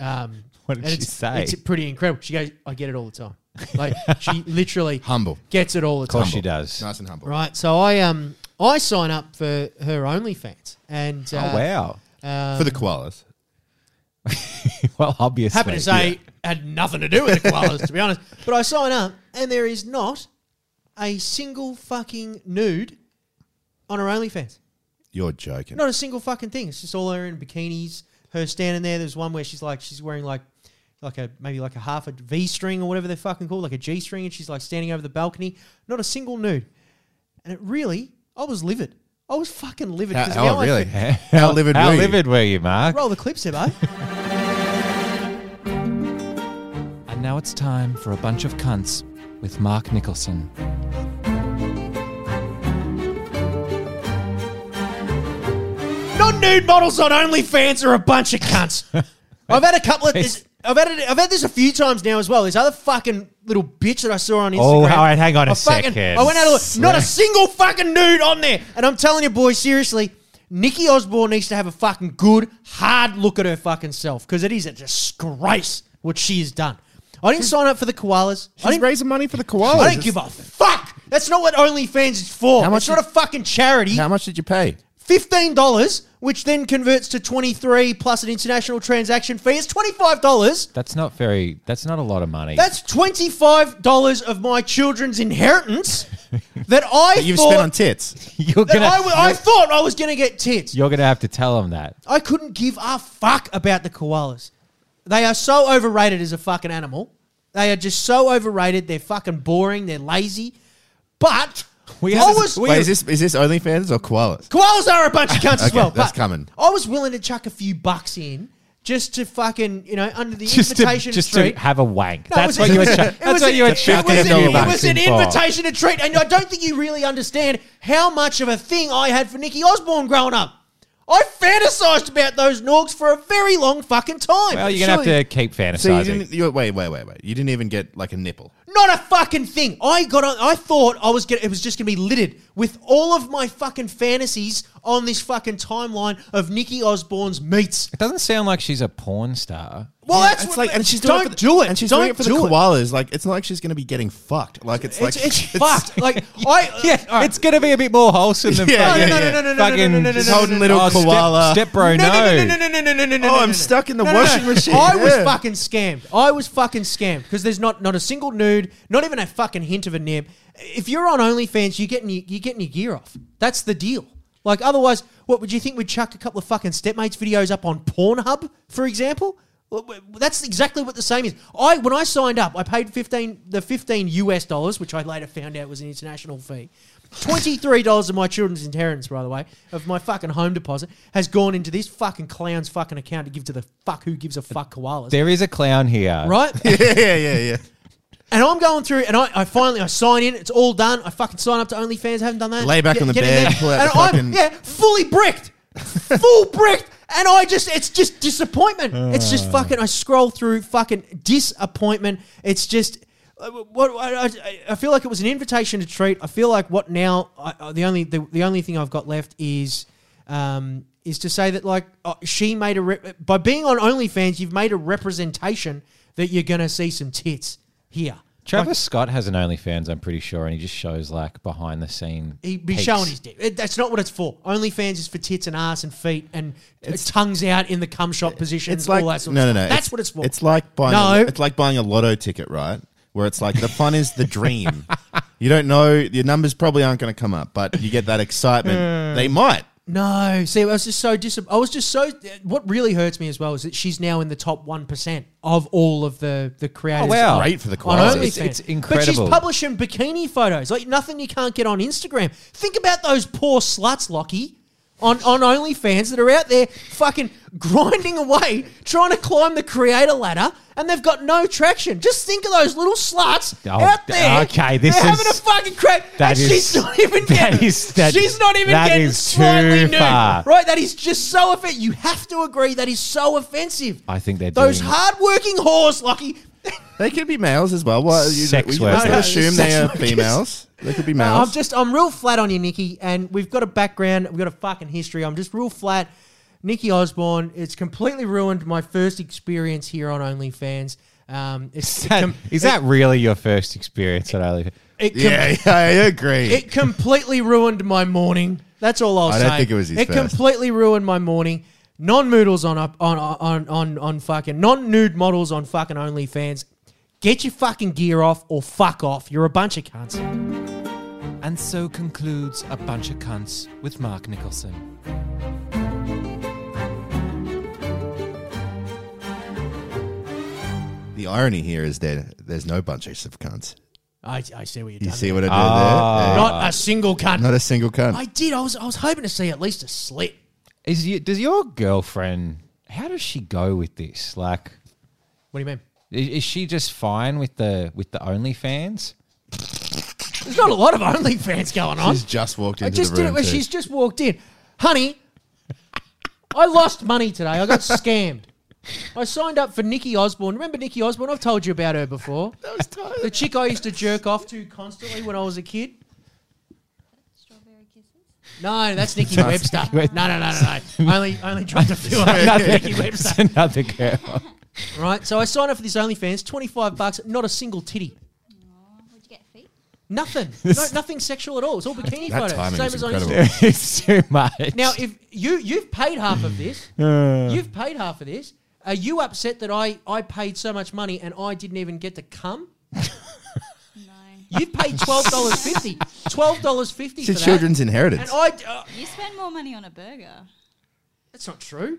Um, What did and she it's, say? It's pretty incredible. She goes, I get it all the time. Like she literally Humble. gets it all the Of course time. she does. Oh, Nice and humble. Right. So I um I sign up for her OnlyFans and Oh, uh, wow. um, For the koalas. well, obviously. happy to say had nothing to do with the koalas to be honest. But I sign up and there is not a single fucking nude on her OnlyFans. You're joking. Not a single fucking thing. It's just all her in bikinis. Her standing there. There's one where she's like she's wearing like like a maybe like a half a V string or whatever they're fucking called, like a G string, and she's like standing over the balcony. Not a single nude. And it really, I was livid. I was fucking livid. 'cause How- now oh, I really? could- yeah. How livid How were you? livid were you, Mark? roll the clips, Ebbo. And now it's time for a bunch of cunts with Mark Nicholson. non-nude models on OnlyFans are a bunch of cunts. I've had a couple of this. I've had it, I've had this a few times now as well. This other fucking little bitch that I saw on Instagram. Oh, all right, hang on a I fucking- second. I went out of not a single fucking nude on there, and I'm telling you, boys, seriously. Nikki Osborne needs to have a fucking good, hard look at her fucking self because it is a disgrace what she has done. I didn't sign up for the koalas. I She's didn't raising money for the koalas. I don't give a fuck. That's not what OnlyFans is for. How much it's not a did- fucking charity. How much did you pay? Fifteen dollars, which then converts to twenty-three plus an international transaction fee. It's twenty-five dollars. That's not very, that's not a lot of money. That's twenty-five dollars of my children's inheritance that I You've thought spent on tits. you're that gonna, I, w- I thought I was going to get tits. you're gonna have to tell them that. I couldn't give a fuck about the koalas. They are so overrated as a fucking animal. They are just so overrated. They're fucking boring. They're lazy. But We I have- was we- Wait, is this is this OnlyFans or koalas? Koalas are a bunch of cunts as Okay, well. that's but coming. I was willing to chuck a few bucks in just to fucking, you know, under the Just to, invitation just treat. to have a wank. No, it was that's what a- you were. Ch- it that's was what a- you were it chucking was a, an- few It was bucks an in for. invitation to treat, and I don't think you really understand how much of a thing I had for Nikki Osborne growing up. I fantasized about those norgs for a very long fucking time. Well, you're gonna have Surely- to keep So you fantasizing. didn't. You, wait, wait, wait, wait. You didn't even get like a nipple. Not a fucking thing. I got on. I thought I was gonna. It was just gonna be littered with all of my fucking fantasies on this fucking timeline of Nikki Osborne's meats. it doesn't sound like she's a porn star. Well, Yeah, that's it's what, like, and she's doing don't it for the, do it. and she's don't doing it for the do it. koalas. Like, it's not like she's going to be getting fucked. Like, it's, It's, like it's fucked. Like I, Yeah, all right. it's gonna be a bit more wholesome than Yeah, fucking yeah, yeah. No, no, no, no, no, no, fucking no, no, no, just no, no, holding little Oh, step- koala. Step, bro, no. no, no, no, no, no, no, no, no, no. oh, no, I'm no. stuck in the No, no, no. washing machine. I was Yeah. fucking scammed. I was fucking scammed because there's not not a single nude, not even a fucking hint of a nib. If you're on OnlyFans, you're getting your, you're getting your gear off. That's the deal. Like otherwise, what would you think we'd chuck a couple of fucking stepmates videos up on Pornhub, for example? Well, w- That's exactly what the same is. I when I signed up, I paid fifteen the fifteen US dollars, which I later found out was an international fee. Twenty-three dollars of my children's inheritance, by the way, of my fucking home deposit, has gone into this fucking clown's fucking account to give to the fuck who gives a fuck koalas, There is a clown here. right? yeah, yeah, yeah, yeah. and I'm going through, and I, I finally I sign in. It's all done. I fucking sign up to OnlyFans. haven't done that. Lay back on the in bed, there. pull out and the I'm fucking- yeah, fully bricked, full bricked. And I just, it's just disappointment. it's just fucking. I scroll through fucking disappointment. It's just. uh, What I, I- I feel like it was an invitation to treat. I feel like what now? I, I- the only the, the only thing I've got left is um, is to say that like uh, she made a re- by being on OnlyFans, you've made a representation that you're gonna see some tits here. Travis Scott has an OnlyFans, I'm pretty sure, and he just shows like behind the scene. He'd be pics. showing his dick. It- That's not what it's for. OnlyFans is for tits and ass and feet and tongues out in the cum shot position. It's like all that sort no, of no, stuff. no. That's it's, what it's for. It's like buying. No. A, it's like buying a lotto ticket, right? Where it's like the fun is the dream. You don't know your numbers probably aren't going to come up, but you get that Mm. excitement. they might. No, see, I was just so dis. I was just so. What really hurts me as well is that she's now in the top one percent of all of the the creators. Oh, wow. on- Great for the on quality. OnlyFans. It's- it's But she's incredible. publishing bikini photos like nothing you can't get on Instagram. Think about those poor sluts, Lockie, on on OnlyFans that are out there fucking grinding away, trying to climb the creator ladder, and they've got no traction. Just think of those little sluts Oh, out there. okay, this they're having a is- fucking crack. and that is- she's not even that getting. is- that- she's not even that getting is slightly too nude. far. Right, that is just so offensive. You have to agree that is so offensive. I think they're Those doing- hard-working whores, Lucky. They could be males as well. Well, you, Sex we workers. must No, no, assume sex they are workers. females. They could be males. I'm just, I'm real flat on you, Nikki, and we've got a background, we've got a fucking history. I'm just real flat. Nikki Osborne, it's completely ruined my first experience here on OnlyFans. Um, it's Is that- is that really your first experience at OnlyFans? it, com- yeah, yeah, I agree. it completely ruined my morning. That's all I'll I say. don't think it was his It first. completely ruined my morning. Non moodles on up on on on on fucking non nude models on fucking OnlyFans. Get your fucking gear off or fuck off. You're a bunch of cunts. And so concludes A Bunch of Cunts with Mark Nicholson. the irony here is that there's no bunches of cunts. I, I see what you're You doing. see what I did there? Yeah. Not a single cunt. Not a single cunt. Ah. I did. I was I was hoping to see at least a slit. Is you, does your girlfriend? How does she go with this? Like, What do you mean? is, is she just fine with the with the OnlyFans? There's not a lot of OnlyFans going on. She's just walked into I just the did room. it when too. she's just walked in. Honey, I lost money today. I got scammed. I signed up for Nikki Osborne. Remember Nikki Osborne? I've told you about her before. That was The chick I used to jerk off to constantly when I was a kid. Strawberry kisses. No, that's Nikki Webster. No, no, no, no, no. only, only dropped a few. Another- Nikki Webster. it's another girl. Right. So I signed up for this OnlyFans. Twenty-five bucks. Not a single titty. Would you get feet? Nothing. no, nothing sexual at all. It's all bikini That photos. timing Same was as on incredible. Instagram. it's too much. Now, if you you've paid half of this, you've paid half of this. Are you upset that I I paid so much money and I didn't even get to come? No. You've paid twelve dollars fifty. Twelve dollars fifty. it's for a that. children's And inheritance. I uh, You spend more money on a burger. that's not true.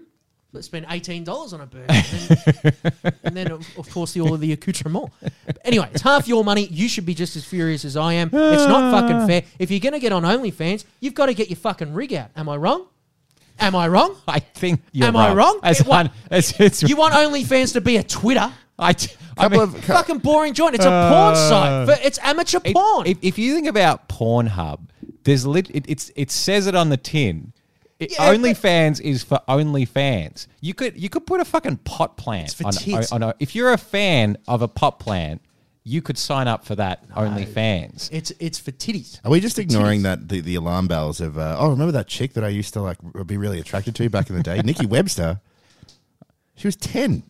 Let's spend eighteen dollars on a burger, and, and then of, of course the, all of the accoutrement. But anyway, it's half your money. You should be just as furious as I am. It's not fucking fair. If you're going to get on OnlyFans, you've got to get your fucking rig out. Am I wrong? Am I wrong? I think you're Am I wrong? As It- what- un- as it's, You want OnlyFans to be a Twitter? I, t- I Couple mean, of- Uh, cou- fucking boring joint. It's a porn site. For, it's amateur it- porn. If, if you think about Pornhub, there's lit. It, it's it says it on the tin. It, Yeah, OnlyFans is for OnlyFans. You could you could put a fucking pot plant for on, tits. on a, if you're a fan of a pot plant, you could sign up for that OnlyFans. it's it's for titties. Are we just ignoring that the, the alarm bells of uh, oh remember that chick that I used to like r- be really attracted to back in the day Nikki Webster? She was ten,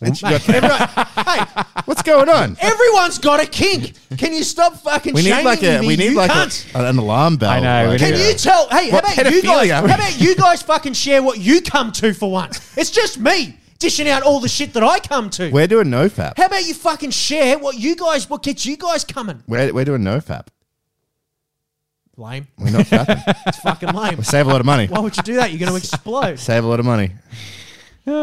and she got everyone. hey, what's going on? Everyone's got a kink. Can you stop fucking We need shaming like a me, we need you like a, cunt? an alarm bell. I know, Like, uh, we Can Yeah. you tell? Hey, What how about you guys? pedophilia? How about you guys fucking share what you come to for once? It's just me dishing out all the shit that I come to. We're doing no fap. how about you fucking share what you guys what gets you guys coming? We're, we're doing no fap. Lame. We're not fapping. It's fucking lame. Save a lot of money. Why would you do that? You're going to explode. Save a lot of money. You're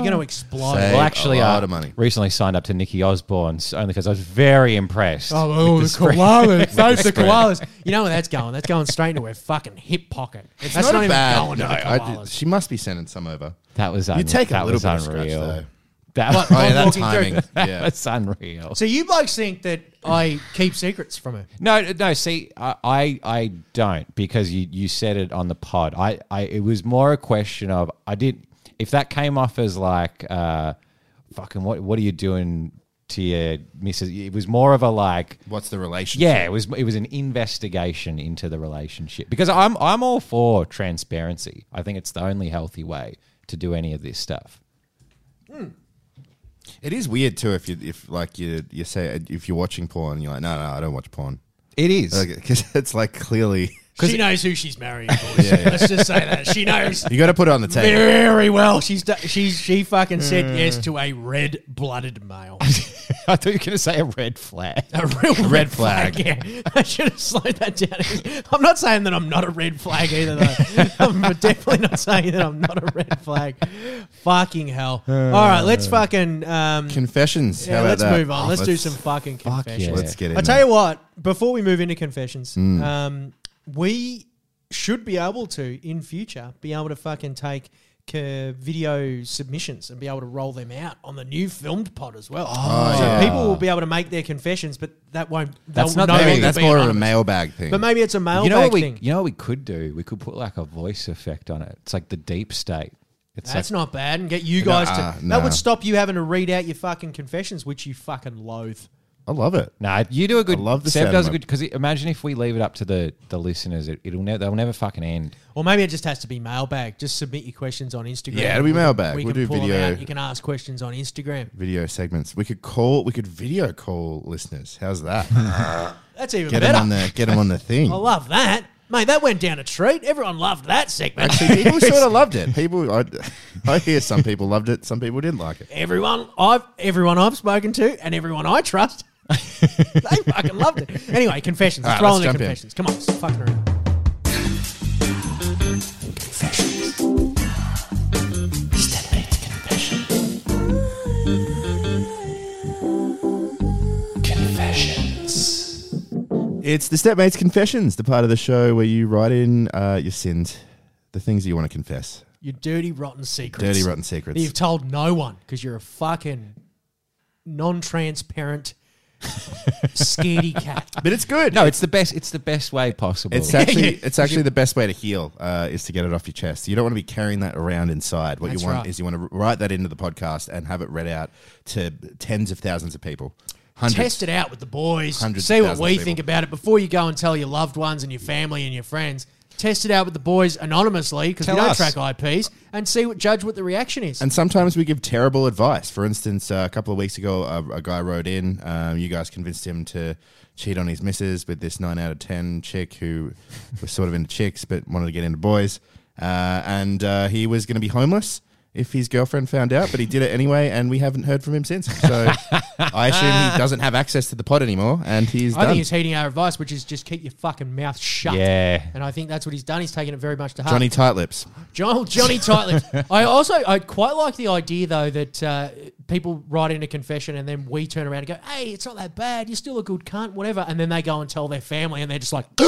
going to explode. Save Well, actually, a lot I of money. recently signed up to Nikki Osborne's OnlyFans. I was very impressed. Oh, oh the koalas. Those the koalas. You know where that's going? That's going straight into her fucking hip pocket. that's not, even going to the I koalas. did- she must be sending some over. That was un- You take that a little was bit of unreal. scratch though. That was, Oh yeah, that walking through. timing. that Yeah. was unreal. so you blokes think that I keep secrets from her? No, no. See, I, I, I don't because you, you said it on the pod. I, I, it was more a question of I did. If that came off as like, uh, fucking, what, what are you doing to your missus? It was more of a like, What's the relationship? yeah, it was, it was an investigation into the relationship because I'm, I'm all for transparency. I think it's the only healthy way to do any of this stuff. It is weird too if you if like you you say if you're watching porn, you're like, no, no, I don't watch porn It is. because it's like clearly She knows who she's marrying. boys. Yeah, yeah. Let's just say that she knows you got to put it on the table. very well. She's do- she's she fucking said yes to a red-blooded male. I thought you were going to say a red flag. A real red, flag. Yeah, I should have slowed that down. I'm not saying that I'm not a red flag either, though. I'm definitely not saying that I'm not a red flag. Fucking hell! All right, let's fucking um, Confessions. yeah, How about let's that? move on. Let's, do some fucking Fuck confessions. yeah. Let's get in. I tell you what, before we move into confessions, Hmm. um, we should be able to in future be able to fucking take uh, video submissions and be able to roll them out on the new filmed pod as well. so Oh, yeah. people will be able to make their confessions, but that won't. That's they'll not no their- Maybe longer that's be more of a anonymous. mailbag thing. But maybe it's a mailbag You know what we? thing. You know what we could do? We could put like a voice effect on it. It's like the deep state. It's That's like, not bad, and get you guys Nah, to. nah. That would stop you having to read out your fucking confessions, which you fucking loathe. I love it. Nah, you do a good. love the Seb does a sentiment. good because imagine if we leave it up to the the listeners, it, it'll never they'll never fucking end. Or maybe it just has to be mailbag. Just submit your questions on Instagram. Yeah, it'll We be can- mailbag. We Uh, We'll can do pull them video. out. You can ask questions on Instagram. Video segments. We could call. We could video call listeners. How's that? That's even get them better. on the get them on the thing. I love that. Mate, that went down a treat. Everyone loved that segment. Actually, people sort of loved it. People, I, I hear some people loved it. Some people didn't like it. everyone I've everyone I've spoken to and everyone I trust, they fucking loved it. Anyway, confessions. Let's All right, roll let's into jump in. confessions. Come on, it's fucking around. It's the Stepmates Confessions, the part of the show where you write in uh, your sins, the things that you want to confess, Your dirty rotten secrets. dirty rotten That you've secrets. told no one because you're a fucking non-transparent scaredy cat. But it's good. No, it's the best. It's the best way possible. It's actually it's actually the best way to heal uh, is to get it off your chest. You don't want to be carrying that around inside. What That's you want right. is you want to write that into the podcast and have it read out to tens of thousands of people. Hundreds. Test it out with the boys. Hundreds See of what thousands we of people. think about it before you go and tell your loved ones and your family and your friends. Test it out with the boys anonymously because we Tell don't us. track IPs and see what judge what the reaction is. And sometimes we give terrible advice. For instance, uh, a couple of weeks ago, a, a guy wrote in. Um, you guys convinced him to cheat on his missus with this nine out of ten chick who was sort of into chicks but wanted to get into boys. Uh, and uh, he was going to be homeless if his girlfriend found out, but he did it anyway, and we haven't heard from him since. So I assume he doesn't have access to the pod anymore, and he's I done. think he's heeding our advice, which is just keep your fucking mouth shut. Yeah. And I think that's what he's done. He's taken it very much to heart. Johnny Tightlips. John, Johnny Tightlips. I also I quite like the idea though that uh, people write in a confession and then we turn around and go, "Hey, it's not that bad. You're still a good cunt, whatever." And then they go and tell their family, and they're just like,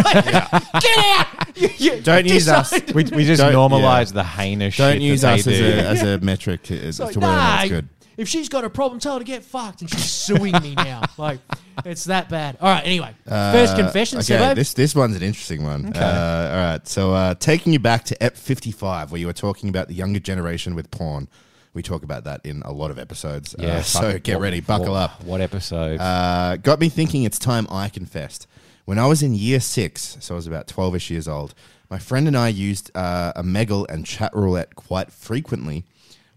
"Get out! You- you Don't use us. decided- we, we just Don't- normalize the heinous. Don't shit use that us they as do. a, as a metric to, to It's like, whether or not nah, it's good. If she's got a problem, tell her to get fucked, and she's suing me now. Like it's that bad. All right. Anyway, first Uh, confession. Okay, Sebo. this this one's an interesting one. Uh, all right, so uh, taking you back to Ep fifty five, where you were talking about the younger generation with porn. We talk about that in a lot of episodes. Uh, Yeah. so fuck, get what- ready, buckle what- up. What episode? Uh, got me thinking. It's time I confessed. When I was in year six, so I was about twelve-ish years old, my friend and I used uh, a Meggle and chat roulette quite frequently.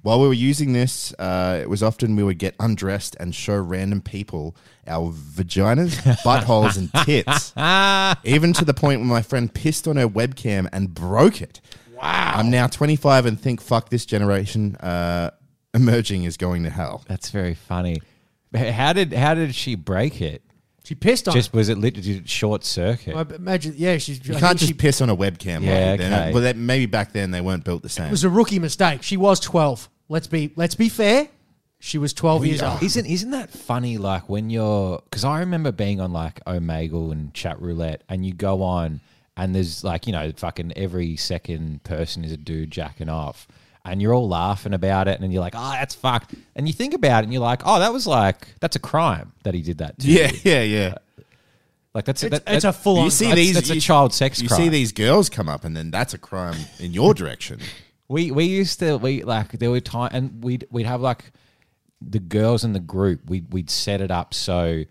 While we were using this, uh, it was often we would get undressed and show random people our vaginas, buttholes, and tits even to the point where my friend pissed on her webcam and broke it. Wow. I'm now 25 and think, fuck, this generation uh, emerging is going to hell. That's very funny. How did how did she break it? she pissed on. Just was it literally short circuit? it. I imagine. Yeah, she's. You can't just piss on a webcam. Yeah, like, they're not- okay. Well, that, maybe back then they weren't built the same. It was a rookie mistake. She was twelve. Let's be let's be fair. She was twelve years old. Isn't isn't that funny? Like when you're, because I remember being on like Omegle and Chat Roulette, and you go on, and there's like you know, fucking every second person is a dude jacking off, and you're all laughing about it, and then you're like, oh, that's fucked, and you think about it, and you're like, oh, that was like that's a crime that he did that. To. you." yeah, yeah, yeah. Like that's It's, that, that- it's a full on. You see Uh, that's- these? that's a you- child sex You crime. see these girls come up, and then that's a crime in your direction. We we used to we like there were time and we'd we'd have like the girls in the group we'd we'd set it up so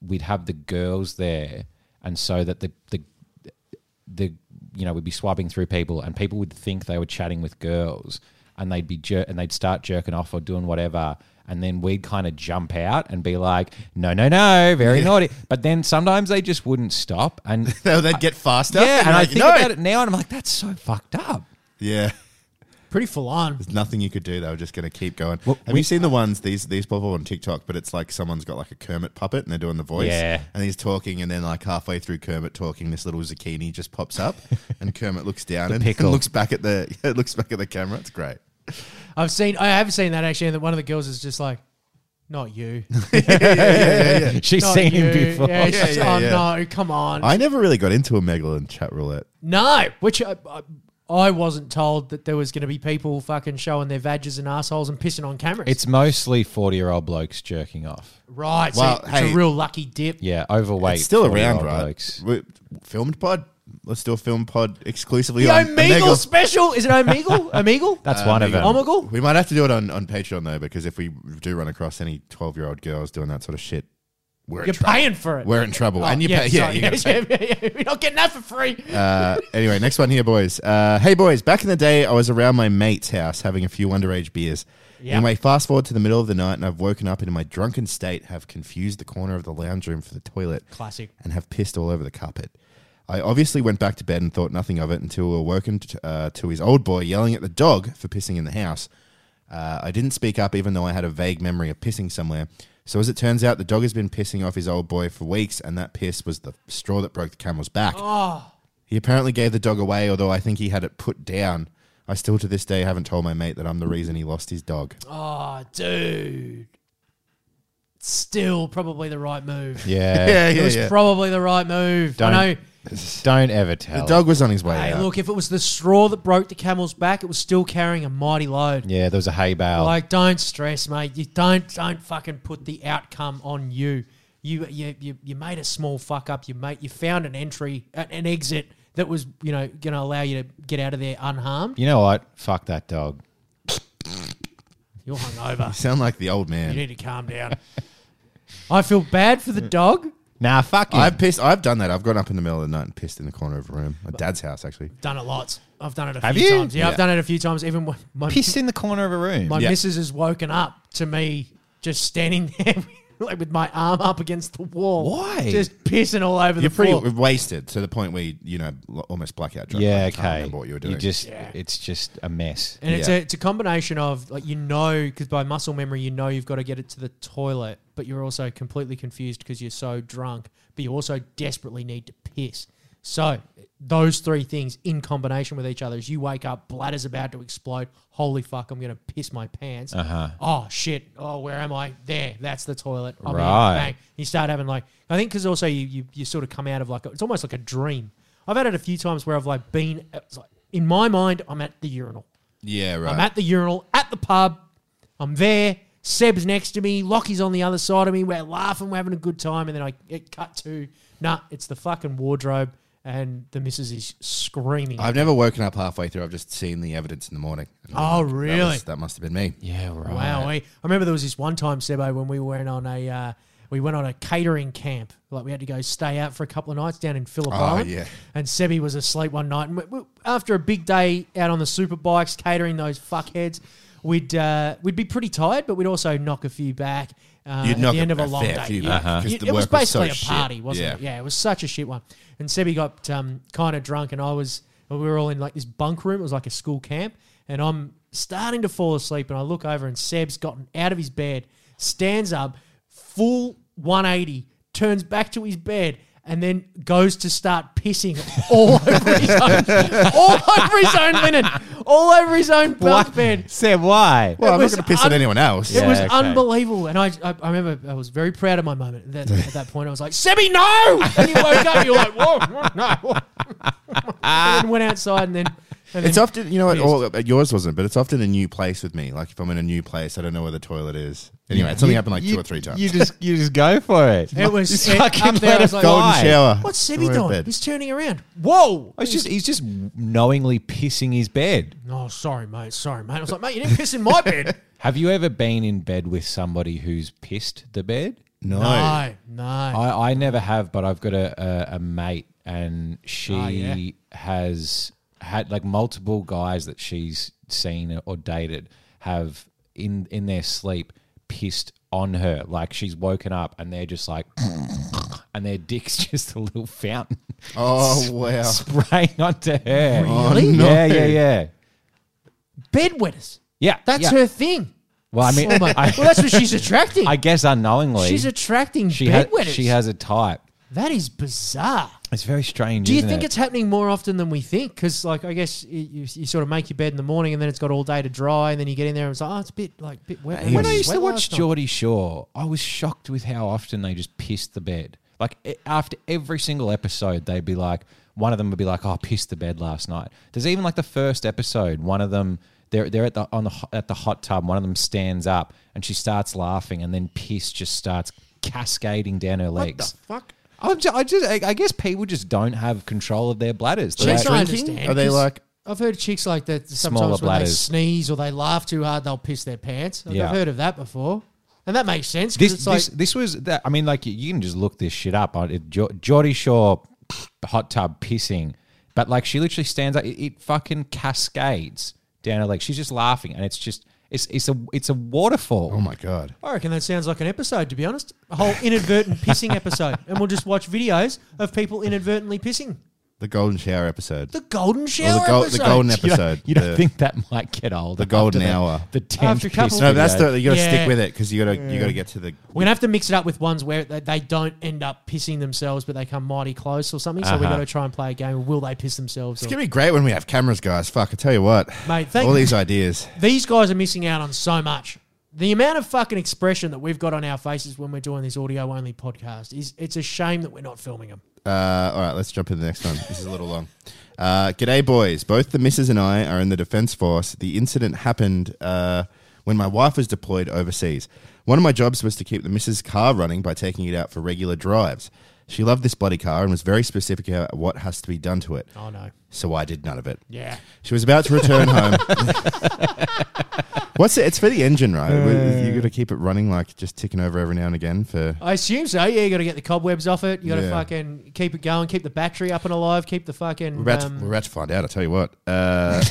we'd have the girls there and so that the the the you know we'd be swiping through people and people would think they were chatting with girls and they'd be jer- and they'd start jerking off or doing whatever And then we'd kind of jump out and be like, no, no, no, very naughty. But then sometimes they just wouldn't stop. And So they'd get faster. yeah, and I like, think "No." about it now and I'm like, that's so fucked up. Yeah. Pretty full on. There's nothing you could do. They were just going to keep going. Well, Have we- you seen the ones these these pop up on TikTok? But it's like someone's got like a Kermit puppet and they're doing the voice. Yeah. And he's talking, and then like halfway through Kermit talking, this little zucchini just pops up, and Kermit looks down and, and pickle. looks back at the yeah, looks back at the camera. It's great. I've seen. I have seen that actually. And that one of the girls is just like, "Not you." She's Not seen him you. before. Yeah, Yeah, she's- yeah, oh yeah. no, come on. I never really got into a Megalon chat roulette. no, which I, I, I wasn't told that there was going to be people fucking showing their vages and assholes and pissing on cameras. It's mostly 40 year old blokes jerking off. right. Well, so it's hey. a real lucky dip. Yeah, overweight. it's still around, 40-year-old right? Blokes. We- filmed pod. Let's do a film pod exclusively The on Omegle Omegle. special is it Omegle? Omegle? That's one of them. Omegle? We might have to do it on, on Patreon though, because if we do run across any twelve year old girls doing that sort of shit, we're You're in trouble. paying for it. We're in trouble, Oh, and you pay. Yeah, sorry. you gotta pay. yeah, yeah. We're not getting that for free. Uh, anyway, next one here, boys. Uh, hey, boys. Back in the day, I was around my mate's house having a few underage beers. Yeah. Anyway, fast forward to the middle of the night, and I've woken up in my drunken state, have confused the corner of the lounge room for the toilet, Classic. and have pissed all over the carpet. I obviously went back to bed and thought nothing of it until awoken t- uh, to his old boy yelling at the dog for pissing in the house. Uh, I didn't speak up, even though I had a vague memory of pissing somewhere. So, as it turns out, the dog has been pissing off his old boy for weeks, and that piss was the straw that broke the camel's back. Oh. He apparently gave the dog away, although I think he had it put down. I still to this day haven't told my mate that I'm the reason he lost his dog. Oh, dude. Still probably the right move. Uh, Yeah. it was probably the right move. Don't- I know. Don't ever tell. The dog was on his way Hey, out. look, if it was the straw that broke the camel's back, it was still carrying a mighty load. Yeah, there was a hay bale. Like, don't stress, mate. You don't don't fucking put the outcome on you. You you you, you made a small fuck up. You made you found an entry, an an exit that was you know going to allow you to get out of there unharmed. you know what? Fuck that dog. You're hungover. Sound like the old you man. need to calm down. Mm. I feel bad for the dog. Nah, fuck him. I've pissed. I've done that. I've gone up in the middle of the night and pissed in the corner of a room. My dad's house, actually. Done it lots. I've done it a Have few you? times. Yeah, Yeah. I've done it a few times. Even when my pissed in the corner of a room. My Yeah. missus has woken up to me just standing there like with my arm up against the wall. Why? Just pissing all over You're the pretty floor. wasted to the point where you, you know l- almost blackout drunk. yeah, Like, you can't okay. remember what you were doing. just, Yeah. it's just a mess. and it's, Yeah. a, it's a combination of like you know because by muscle memory you know you've got to get it to the toilet, but you're also completely confused because you're so drunk, but you also desperately need to piss. So those three things in combination with each other is you wake up, bladder's about to explode. Holy fuck, I'm gonna piss my pants. Uh huh. oh shit, oh where am I? There, that's the toilet. I'm Right. right. Bang. You start having like I think because also you, you you sort of come out of like a, it's almost like a dream. I've had it a few times where I've like been it's like, in my mind I'm at the urinal. yeah, right. I'm at the urinal at the pub. I'm there. Seb's next to me. Lockie's on the other side of me. We're laughing. We're having a good time. And then I it cut to nah. It's the fucking wardrobe. And the missus is screaming. I've never woken up halfway through. I've just seen the evidence in the morning. And I'm Oh, like, that was- really? That, must have been me. Yeah, right. Wow, I remember there was this one time, Sebo, when we went on a uh, we went on a catering camp. Like we had to go stay out for a couple of nights down in Phillip Oh, Island. yeah. And Sebi was asleep one night, and we, we- after a big day out on the super bikes catering those fuckheads, we'd uh, we'd be pretty tired, but we'd also knock a few back. Uh, You'd at knock the end of a a long fair day, few yeah. back, 'cause It, the it was work was so basically shit. a party, wasn't Yeah. it? Yeah, it was such a shit one. And Sebi got um, kind of drunk, and I was, we were all in like this bunk room. It was like a school camp, and I'm starting to fall asleep. And I look over, and Seb's gotten out of his bed, stands up, full 180, turns back to his bed. And then goes to start pissing all over his own, all over his own linen, all over his own bunk bed. Sam, why? Well, I'm not was going to piss on un- anyone else. It was Yeah, okay. unbelievable, and I, I I remember I was very proud of my moment. That, at that point, I was like, "Sebby, no!" And you woke up, you're like, "Whoa, whoa, no!" and then went outside, and then and It's then, often, you know, what, or, uh, yours wasn't, but it's often a new place with me. Like if I'm in a new place, I don't know where the toilet is. Anyway, it's only happened like two or three times. You just, you just go for it. It was- Just it- fucking up there, let I it was like, fly. Golden shower. What's We're Sebby in doing? bed. He's turning around. Whoa! It's just, he's just knowingly pissing his bed. Oh, sorry, mate. Sorry, mate. I was like, mate, you didn't piss in my bed. Have you ever been in bed with somebody who's pissed the bed? No. no, no. I, I never have, but I've got a, a, a mate and she Oh, yeah. has had like multiple guys that she's seen or dated have in in their sleep pissed on her. Like she's woken up and they're just like, and their dick's just a little fountain Oh wow. spraying onto her. Really? Oh, no. Yeah, yeah, yeah. Bedwetters. Yeah. That's yeah. her thing. Well, I mean, Oh, mate. I, well, that's what she's attracting. I guess unknowingly, she's attracting she, ha- bedwetters. she has a type. that is bizarre. It's very strange. Do you isn't think it? it's happening more often than we think? Because, like, I guess you, you, you sort of make your bed in the morning and then it's got all day to dry, and then you get in there and it's like, oh, it's a bit like bit wet. When It I was used to wet watch last night. Geordie Shore, I was shocked with how often they just pissed the bed. Like e- after every single episode, they'd be like, one of them would be like, "Oh, I pissed the bed last night." There's even like the first episode, one of them they're they're at the on the ho- at the hot tub. One of them stands up and she starts laughing, and then piss just starts cascading down her legs. fuck? I'm just, I just I I guess people just don't have control of their bladders. Chicks They- I Drinking? understand. Are they 'cause like- I've heard chicks like that sometimes Smaller when bladders. they sneeze or they laugh too hard, they'll piss their pants. Like, Yeah. I've heard of that before, and that makes sense because this it's like this this was that. I mean, like you, you can just look this shit up. I- it- Jo- Geordie Shore hot tub pissing, but like she literally stands up. It, it fucking cascades down her leg. She's just laughing, and it's just it's it's a it's a waterfall. Oh my god. I reckon that sounds like an episode, to be honest. A whole inadvertent pissing episode. And we'll just watch videos of people inadvertently pissing. The golden shower episode. The golden Or shower the, gol- episode. the golden You don't- episode. You don't the, think that might get old? the golden hour. The tenth After a couple- piss no, that's video. the you got to Yeah. stick with it because you got to you got to get to the. We're going to have to mix it up with ones where they, they don't end up pissing themselves, but they come mighty close or something. So we've Uh-huh. got to try and play a game. of Will they piss themselves? It's or- gonna be great when we have cameras, guys. Fuck, I tell you what, Mate, thank- all these ideas. These guys are missing out on so much. The amount of fucking expression that we've got on our faces when we're doing this audio only podcast is it's a shame that we're not filming them. Uh, all right, let's jump into the next one. This is a little long. Uh, G'day, boys. Both the missus and I are in the Defence Force. The incident happened uh, when my wife was deployed overseas. One of my jobs was to keep the missus' car running by taking it out for regular drives. She loved this bloody car and was very specific about what has to be done to it. Oh, no. So I did none of it. Yeah. She was about to return home. What's it? It's for the engine, right? you Uh. got to keep it running, like just ticking over every now and again for. I assume so. Yeah, you got to get the cobwebs off it. You got to Yeah. fucking keep it going, keep the battery up and alive, keep the fucking. We're about, um, to, we're about to find out. I tell you what. Uh,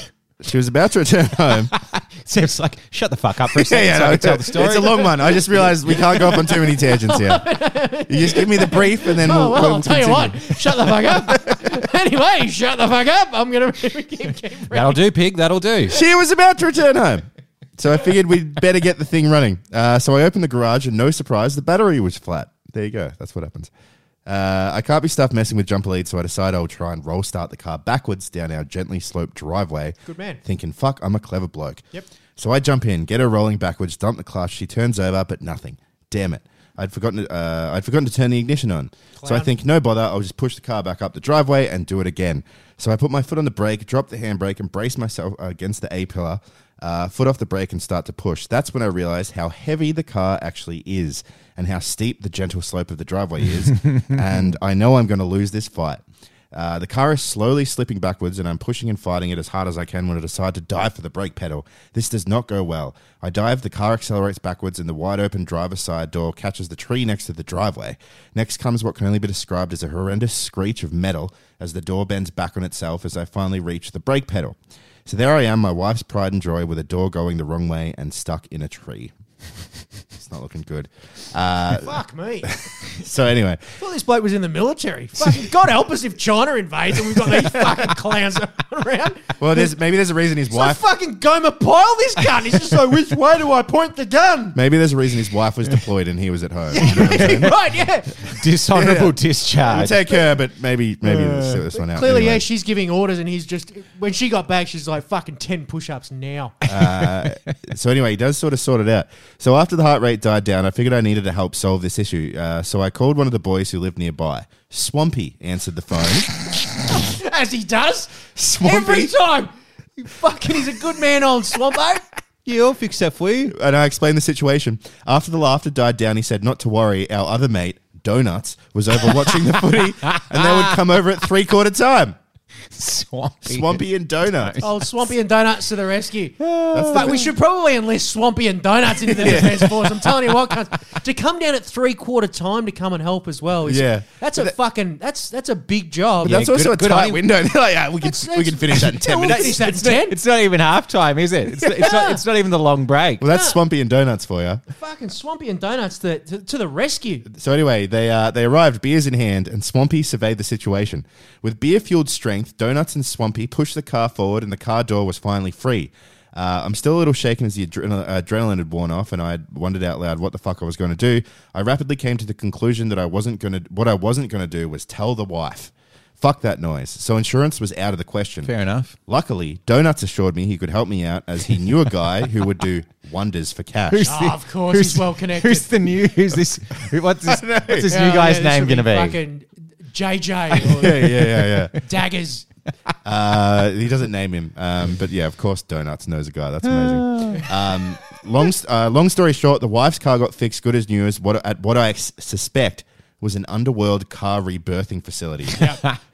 she was about to return home. Sam's like, shut the fuck up for a yeah, second. yeah, so I no, can tell the story. It's a long one. I just realized we can't go off on too many tangents here. You just give me the brief, and then Oh we'll, well, we'll I'll tell you continue. what. Shut the fuck up. anyway, shut the fuck up. I'm gonna keep, keep That'll do, pig. That'll do. She was about to return home. So I figured we'd better get the thing running. Uh, so I opened the garage, and no surprise, the battery was flat. There you go. That's what happens. Uh, I can't be stuffed messing with jumper leads, so I decide I'll try and roll start the car backwards down our gently sloped driveway. Good man. Thinking, fuck, I'm a clever bloke. Yep. So I jump in, get her rolling backwards, dump the clutch. She turns over, but nothing. Damn it. I'd forgotten, uh, I'd forgotten to turn the ignition on. So I think, no bother, I'll just push the car back up the driveway and do it again. So I put my foot on the brake, drop the handbrake, and brace myself against the A pillar, uh, foot off the brake, and start to push. That's when I realized how heavy the car actually is and how steep the gentle slope of the driveway is. and I know I'm going to lose this fight. Uh, the car is slowly slipping backwards, and I'm pushing and fighting it as hard as I can when I decide to dive for the brake pedal. This does not go well. I dive, the car accelerates backwards, and the wide open driver's side door catches the tree next to the driveway. Next comes what can only be described as a horrendous screech of metal as the door bends back on itself as I finally reach the brake pedal. So there I am, my wife's pride and joy, with a door going the wrong way and stuck in a tree. it's not looking good. Uh, Fuck me. I so, anyway. thought this bloke was in the military. Fucking God help us if China invades and we've got these fucking clowns around. Well, there's, maybe there's a reason his It's like wife. fucking Goma Pyle this gun. He's just like, which way do I point the gun? Maybe there's a reason his wife was deployed and he was at home. You know what I'm saying? right, yeah. Dishonorable Yeah. discharge. take her, but maybe maybe let's sort this one out. Clearly, anyway. yeah, she's giving orders and he's just, when she got back, she's like, fucking 10 push ups now. so anyway, he does sort of sort it out. So after the heart rate died down, I figured I needed to help solve this issue. Uh, so I called one of the boys who lived nearby. Swampy answered the phone. As he does. Swampy. Every time. He fucking is a good man, old Swampo. Yeah, I'll fix that for you. and I explained the situation. After the laughter died down, he said, "Not to worry, our other mate, Donuts, was over watching the footy, and they would come over at three quarter time." Swampy. Swampy and Donuts. Oh, Swampy and Donuts to the rescue. That's the But we should probably enlist Swampy and Donuts into the defence force. I'm telling you what, cunts. to come down at three quarter time to come and help as well. Is, Yeah. that's a fucking that's that's a big job. That's also good- a good tight on you. window. They're like, yeah, we can we can finish that in ten we'll minutes. Finish that in ten. It's not even half time, is it? It's, it's, not, it's not even the long break. Well, that's Swampy and Donuts for you. fucking Swampy and Donuts to, to, to the rescue. So anyway, they uh, they arrived, beers in hand, and Swampy surveyed the situation. With beer-fueled strength, Donuts and Swampy pushed the car forward, and the car door was finally free. Uh, I'm still a little shaken as the adrenal- adrenaline had worn off, and I had wondered out loud what the fuck I was going to do. I rapidly came to the conclusion that I wasn't going to. What I wasn't going to do was tell the wife. Fuck that noise. So insurance was out of the question. Fair enough. Luckily, Donuts assured me he could help me out as he knew a guy who would do wonders for cash. Ah, of course, he's well connected. Who's the new? Who's this? who- What's this, what's this Yeah, new guy's yeah, this name should going to be? Fucking JJ or yeah, yeah, yeah, yeah. daggers. Uh, he doesn't name him, um, but yeah, of course, Donuts knows a guy. That's amazing. Ah. Um, long, s- uh, long story short, the wife's car got fixed, good as new, as what at what I s- suspect was an underworld car rebirthing facility.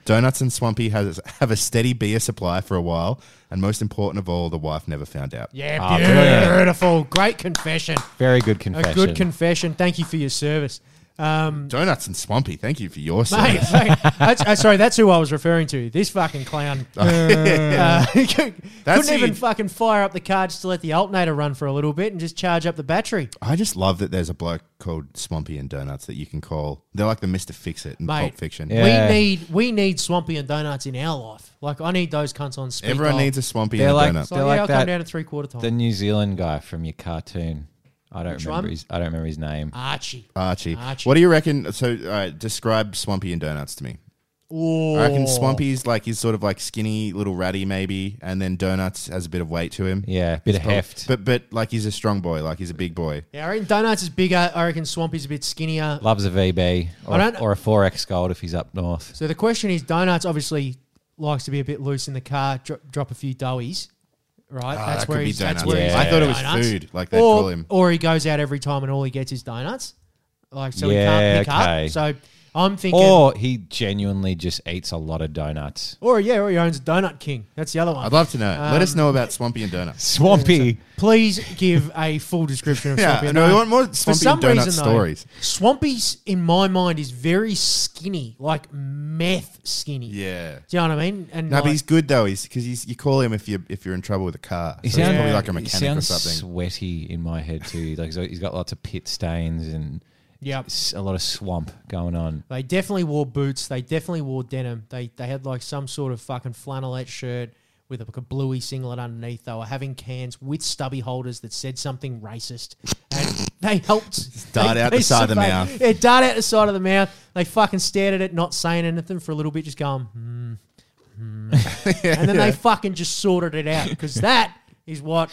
Donuts and Swampy has have a steady beer supply for a while, and most important of all, the wife never found out. Yeah, Ah, brilliant. beautiful. Great confession. Very good A confession. good confession. Thank you for your service. Um, Donuts and Swampy, thank you for your Mate, service. mate, that's, uh, sorry, that's who I was referring to. This fucking clown. Uh, couldn't who even you- fucking fire up the car just to let the alternator run for a little bit and just charge up the battery. I just love that there's a bloke called Swampy and Donuts that you can call. They're like the Mister Fix It in Mate. Pulp Fiction. Yeah. We need we need Swampy and Donuts in our life. Like I need those cunts on speed. Everyone dial. needs a Swampy They're and a like- Donut. So They're yeah, like I'll come that- down to three quarter time. The New Zealand guy from your cartoon. I don't remember. one? Ah. His, I don't remember his name. Archie. Archie. Archie. What do you reckon? So, all right, describe Swampy and Donuts to me. Ooh. I reckon Swampy's like he's sort of like skinny little ratty maybe, and then Donuts has a bit of weight to him. Yeah, bit of heft. But but like he's a strong boy, like he's a big boy. Yeah, I reckon Donuts is bigger. I reckon Swampy's a bit skinnier. Loves a VB I or, don't- or a four X gold if he's up north. So the question is, Donuts obviously likes to be a bit loose in the car, dro- drop a few doughies, right? Ah, that's that where could be he's. That's Donuts. where Yeah. he's I at. thought it was Donuts. food, like they'd or, call him. or he goes out every time and all he gets is donuts. Like so he Yeah, can't pick okay. up. So I'm thinking, or, Or he genuinely just eats a lot of donuts. yeah, or he owns Donut King. That's the other one. I'd love to know. Let um, us know about Swampy and Donuts. Swampy. Please give a full description of Yeah, Swampy. and no, we Donut. want more For Swampy some and Donut reason, though, stories. Swampy's in my mind is very skinny, like meth skinny. Yeah. Do you know what I mean? And No, like, but he's good though. He's because he's you call him if you if you're in trouble with a car. So He he's sound- probably like a he mechanic or sounds something. sweaty in my head too. Like he's- he's got lots of pit stains and yeah. s- a lot of swamp going on. Mm. They definitely wore boots. They definitely wore denim. They they had like some sort of fucking flannelette shirt with a, like a bluey singlet underneath. They were having cans with stubby holders that said something racist, and they helped dart they- out they the side of the surveyed- mouth. Yeah, dart out the side of the mouth. They fucking stared at it, not saying anything for a little bit, just going, hmm, hmm. and then they fucking just sorted it out because that. Is what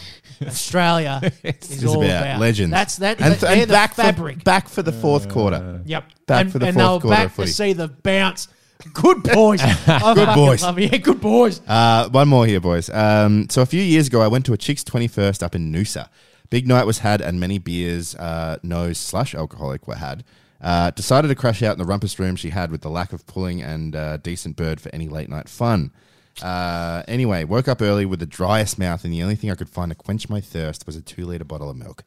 Australia is all about about. legends. That's that. And, that- th- they're and the back fabric. for back for the fourth quarter. Yep. Back and, for the and fourth they were quarter back footy. to see the bounce. Good boys. I good boys. Love it. Yeah, good boys. Uh, one more here, boys. Um, so a few years ago, I went to a chick's 21st up in Noosa. Big night was had, and many beers, uh, no slash alcoholic, were had. Uh, decided to crash out in the rumpus room she had with the lack of pulling and uh, decent bird for any late night fun. Uh, anyway, woke up early with the driest mouth, and the only thing I could find to quench my thirst was a two liter bottle of milk.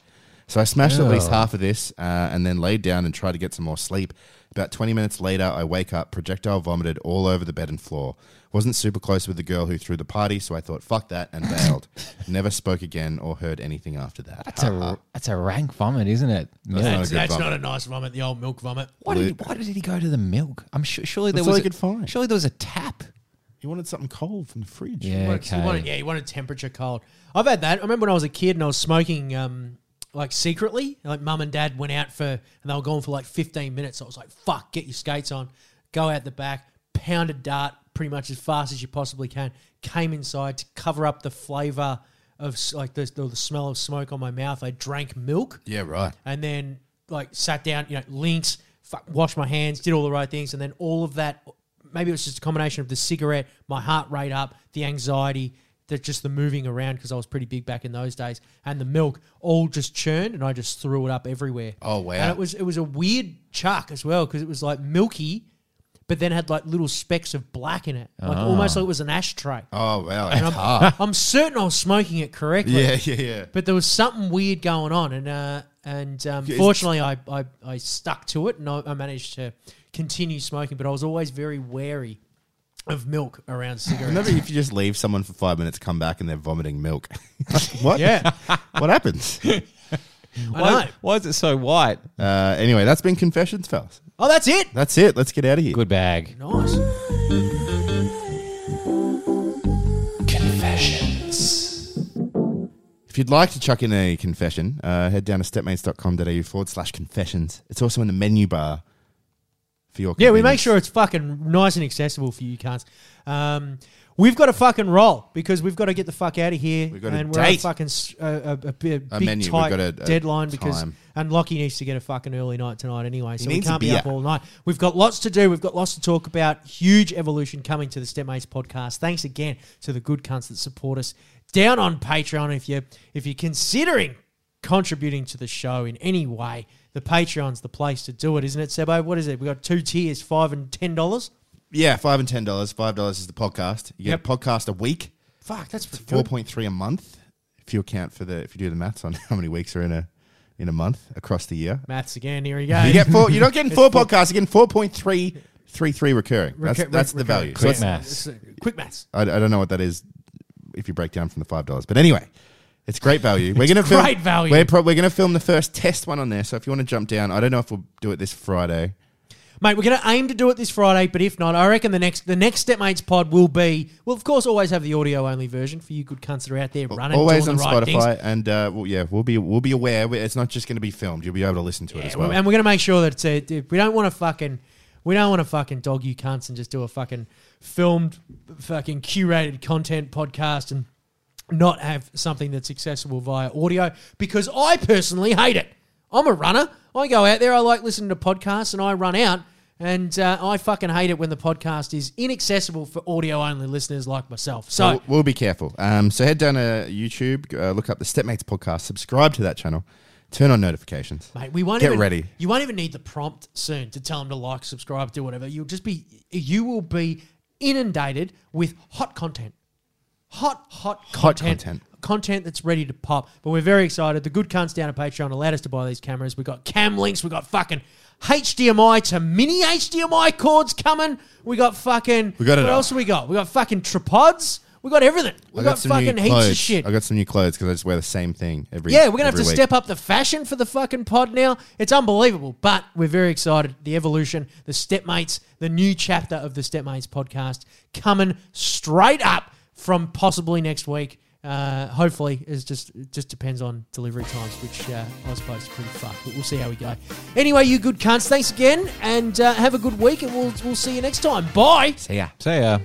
So I smashed at least half of this uh, and then laid down and tried to get some more sleep. About 20 minutes later, I wake up, projectile vomited all over the bed and floor. Wasn't super close with the girl who threw the party, so I thought, fuck that, and bailed. Never spoke again or heard anything after that. That's a that's a rank vomit, isn't it? not Milk. a That's, good that's vomit. not a nice vomit, the old milk vomit. Why did, he, why did he go to the milk? I'm sure surely there That's all was he could find. surely there was a tap. He wanted something cold from the fridge. You Yeah, wanted- you wanted- okay. yeah, you wanted temperature cold. I've had that. I remember when I was a kid and I was smoking um, like secretly. Like mum and dad went out for and they were gone for like 15 minutes. I was like, fuck, get your skates on, go out the back, pound a dart pretty much as fast as you possibly can. Came inside to cover up the flavour of s- like the, the smell of smoke on my mouth. I drank milk. Yeah, right. and then like sat down, you know, linked, fuck, washed my hands, did all the right things, and then all of that. Maybe it was just a combination of the cigarette, my heart rate up, the anxiety, that just the moving around because I was pretty big back in those days, and the milk all just churned, and I just threw it up everywhere. Oh, wow. And it was it was a weird chuck as well because it was like milky, but then had like little specks of black in it, like Ah. almost like it was an ashtray. Oh wow, And it's I'm, hard. I'm certain I was smoking it correctly. yeah, yeah, yeah. But there was something weird going on, and uh, and um, Yeah, it's- fortunately, I, I I stuck to it, and I, I managed to continue smoking. But I was always very wary of milk around cigarettes. Remember, if you just leave someone for five minutes, come back and they're vomiting milk. what? yeah, What happens? I Why, know. why is it so white? Uh, anyway, that's been confessions, fellas. Oh, that's it. That's it. Let's get out of here. Good bag. Nice. If you'd like to chuck in a confession, uh, head down to stepmates.com.au forward slash confessions. It's also in the menu bar for your. Yeah, we make convenience. sure it's fucking nice and accessible for you cunts. Um, we've got to fucking roll because we've got to get the fuck out of here. We've got a and date. we're on fucking s- uh, a, a, a, bi- big A menu. We've tight got a- a deadline because time. and Lockie needs to get a fucking early night tonight anyway, so we needs a can't be up beer. all night. We've got lots to do. We've got lots to talk about. Huge evolution coming to the Stepmates podcast. Thanks again to the good cunts that support us down on Patreon. If you if you're considering contributing to the show in any way. The Patreon's the place to do it, isn't it, Sebo? What is it? We got two tiers, five and ten dollars. Yeah, five and ten dollars. Five dollars is the podcast. You get Yep. a podcast a week. Fuck, that's pretty Four good. point three a month. If you account for the, if you do the maths on how many weeks are in a, in a month across the year, Maths again. Here we go. you get four. You're not getting It's four four- podcasts. You're getting four point three three three recurring. Recur- that's that's the recurring. value. So Quick it's- It's, maths. uh, quick maths. I, I don't know what that is if you break down from the five dollars. But anyway, it's great value. We're gonna film, great value. We're, pro- we're gonna film the first test one on there. So if you want to jump down, I don't know if we'll do it this Friday. Mate, we're going to aim to do it this Friday, but if not, I reckon the next the next Stepmates pod will be. We'll of course always have the audio only version for you good cunts that are out there running. Always on doing the right Spotify, things. and uh, well, yeah, we'll be we'll be aware. We- It's not just going to be filmed. You'll be able to listen to it as Yeah, well. And we're going to make sure that it's a, we don't want to fucking we don't want to fucking dog you cunts and just do a fucking filmed fucking curated content podcast and not have something that's accessible via audio because I personally hate it. I'm a runner. I go out there. I like listening to podcasts and I run out. And uh, I fucking hate it when the podcast is inaccessible for audio only listeners like myself. So, we'll, we'll be careful. Um, so head down to YouTube, uh, look up the Stepmates podcast, subscribe to that channel, turn on notifications. Mate, we won't Get even, ready. You won't even need the prompt soon to tell them to like, subscribe, do whatever. You'll just be, you will be inundated with hot content, hot, hot, Hot content, content. content that's ready to pop. But we're very excited. The good cunts down at Patreon allowed us to buy these cameras. We got cam links. We got fucking HDMI to mini HDMI cords coming. We got fucking. We got it What all. else we got? We got fucking tripods. We got everything. We I got, new fucking heaps of clothes. shit. I got some new clothes because I just wear the same thing every. Yeah, we're gonna have to every week. step up the fashion for the fucking pod now. It's unbelievable, but we're very excited. The evolution, the stepmates, the new chapter of the stepmates podcast coming straight up from possibly next week. Uh, hopefully, it just it just depends on delivery times, which uh, I suppose is pretty fucked. But we'll see how we go. Anyway, you good cunts, thanks again, and uh, have a good week, and we'll we'll see you next time. Bye. See ya.